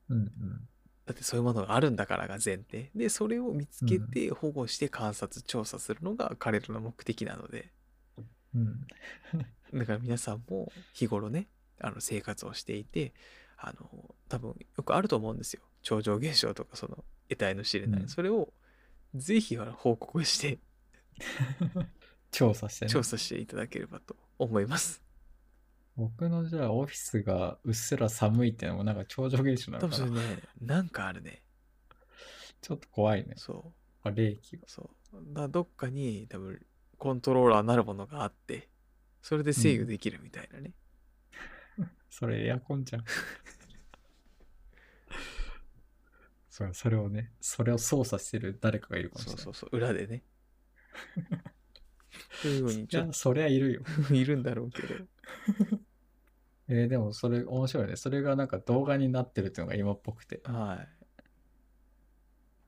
Speaker 2: うんうん
Speaker 1: だってそういうものがあるんだからが前提でそれを見つけて保護して観察調査するのが彼らの目的なので
Speaker 2: うん
Speaker 1: だから皆さんも日頃ねあの生活をしていてあの多分よくあると思うんですよ超常現象とかその得体の知れない、
Speaker 2: うん
Speaker 1: それをぜひあの報告して
Speaker 2: 調査してね
Speaker 1: 調査していただければと思います
Speaker 2: 僕のじゃあオフィスがうっすら寒いってのもなんか超常現象な
Speaker 1: 多
Speaker 2: の
Speaker 1: 分
Speaker 2: か
Speaker 1: それ
Speaker 2: な
Speaker 1: ねなんかあるね
Speaker 2: ちょっと怖いね
Speaker 1: そう
Speaker 2: あ冷気が
Speaker 1: そうだからどっかに多分コントローラーなるものがあってそれで制御できるみたいなね、
Speaker 2: それエアコンじゃんそうそれをねそれを操作してる誰かがいるかもし
Speaker 1: そう
Speaker 2: れない
Speaker 1: そうそう裏 <laughs> でねというようにち
Speaker 2: じ
Speaker 1: ょ
Speaker 2: ゃ
Speaker 1: っ
Speaker 2: あそりゃいるよ
Speaker 1: といるんだろうけど
Speaker 2: えーでもそれ面白いねそれがなんか動画になってるっていうのが今っぽくて
Speaker 1: はい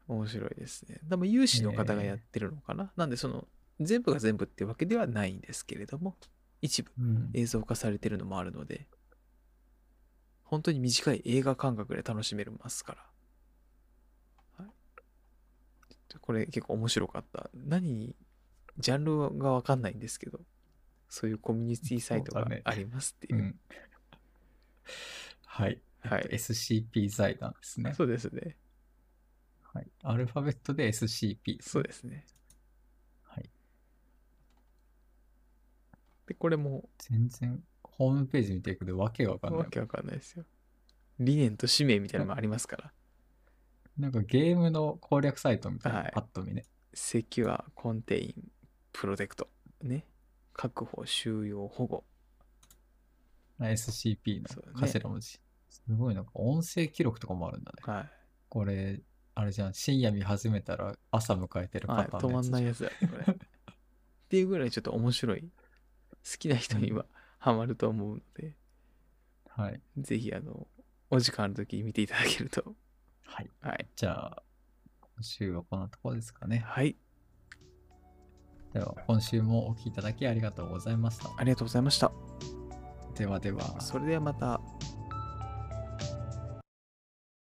Speaker 1: 面白いですね多分有志の方がやってるのかな、なんでその全部が全部ってわけではないんですけれども一部
Speaker 2: うん
Speaker 1: 映像化されてるのもあるので本当に短い映画感覚で楽しめますから、はい、ちょっとこれ結構面白かった何にジャンルがわかんないんですけどそういうコミュニティサイト
Speaker 2: そ
Speaker 1: が
Speaker 2: うだね
Speaker 1: ありますっていう
Speaker 2: う、んはい
Speaker 1: はい
Speaker 2: SCP 財団ですね、
Speaker 1: そうですね
Speaker 2: はい、アルファベットで SCP
Speaker 1: そうですね
Speaker 2: はい
Speaker 1: でこれも
Speaker 2: 全然ホームページ見ていくでわけがわかんない
Speaker 1: わけわかんないですよ理念と使命みたいなのもありますから
Speaker 2: なんかゲームの攻略サイトみたいな、
Speaker 1: はい
Speaker 2: パッと見ね。
Speaker 1: セキュア、コンテイン、プロテクト。ね。確保、収容、保護。
Speaker 2: SCP の
Speaker 1: そうだね
Speaker 2: 頭文字。すごいなんか音声記録とかもあるんだね。
Speaker 1: は
Speaker 2: これ、あれじゃん、深夜見始めたら朝迎えて
Speaker 1: い。
Speaker 2: る
Speaker 1: は
Speaker 2: パ
Speaker 1: い、
Speaker 2: タ
Speaker 1: 止
Speaker 2: ーンの
Speaker 1: まん
Speaker 2: やつ
Speaker 1: ない
Speaker 2: じゃん
Speaker 1: やつだ、これ。っていうぐらいちょっと面白い。好きな人にはハマると思うので、
Speaker 2: はい。
Speaker 1: ぜひ、あの、お時間ある時見ていただけると。
Speaker 2: はい。
Speaker 1: はい。
Speaker 2: じゃあ、今週はこんなところですかね。
Speaker 1: はい。
Speaker 2: では、今週もお聞きいただきありがとうございました。
Speaker 1: ありがとうございました。
Speaker 2: ではでは。
Speaker 3: それではまた。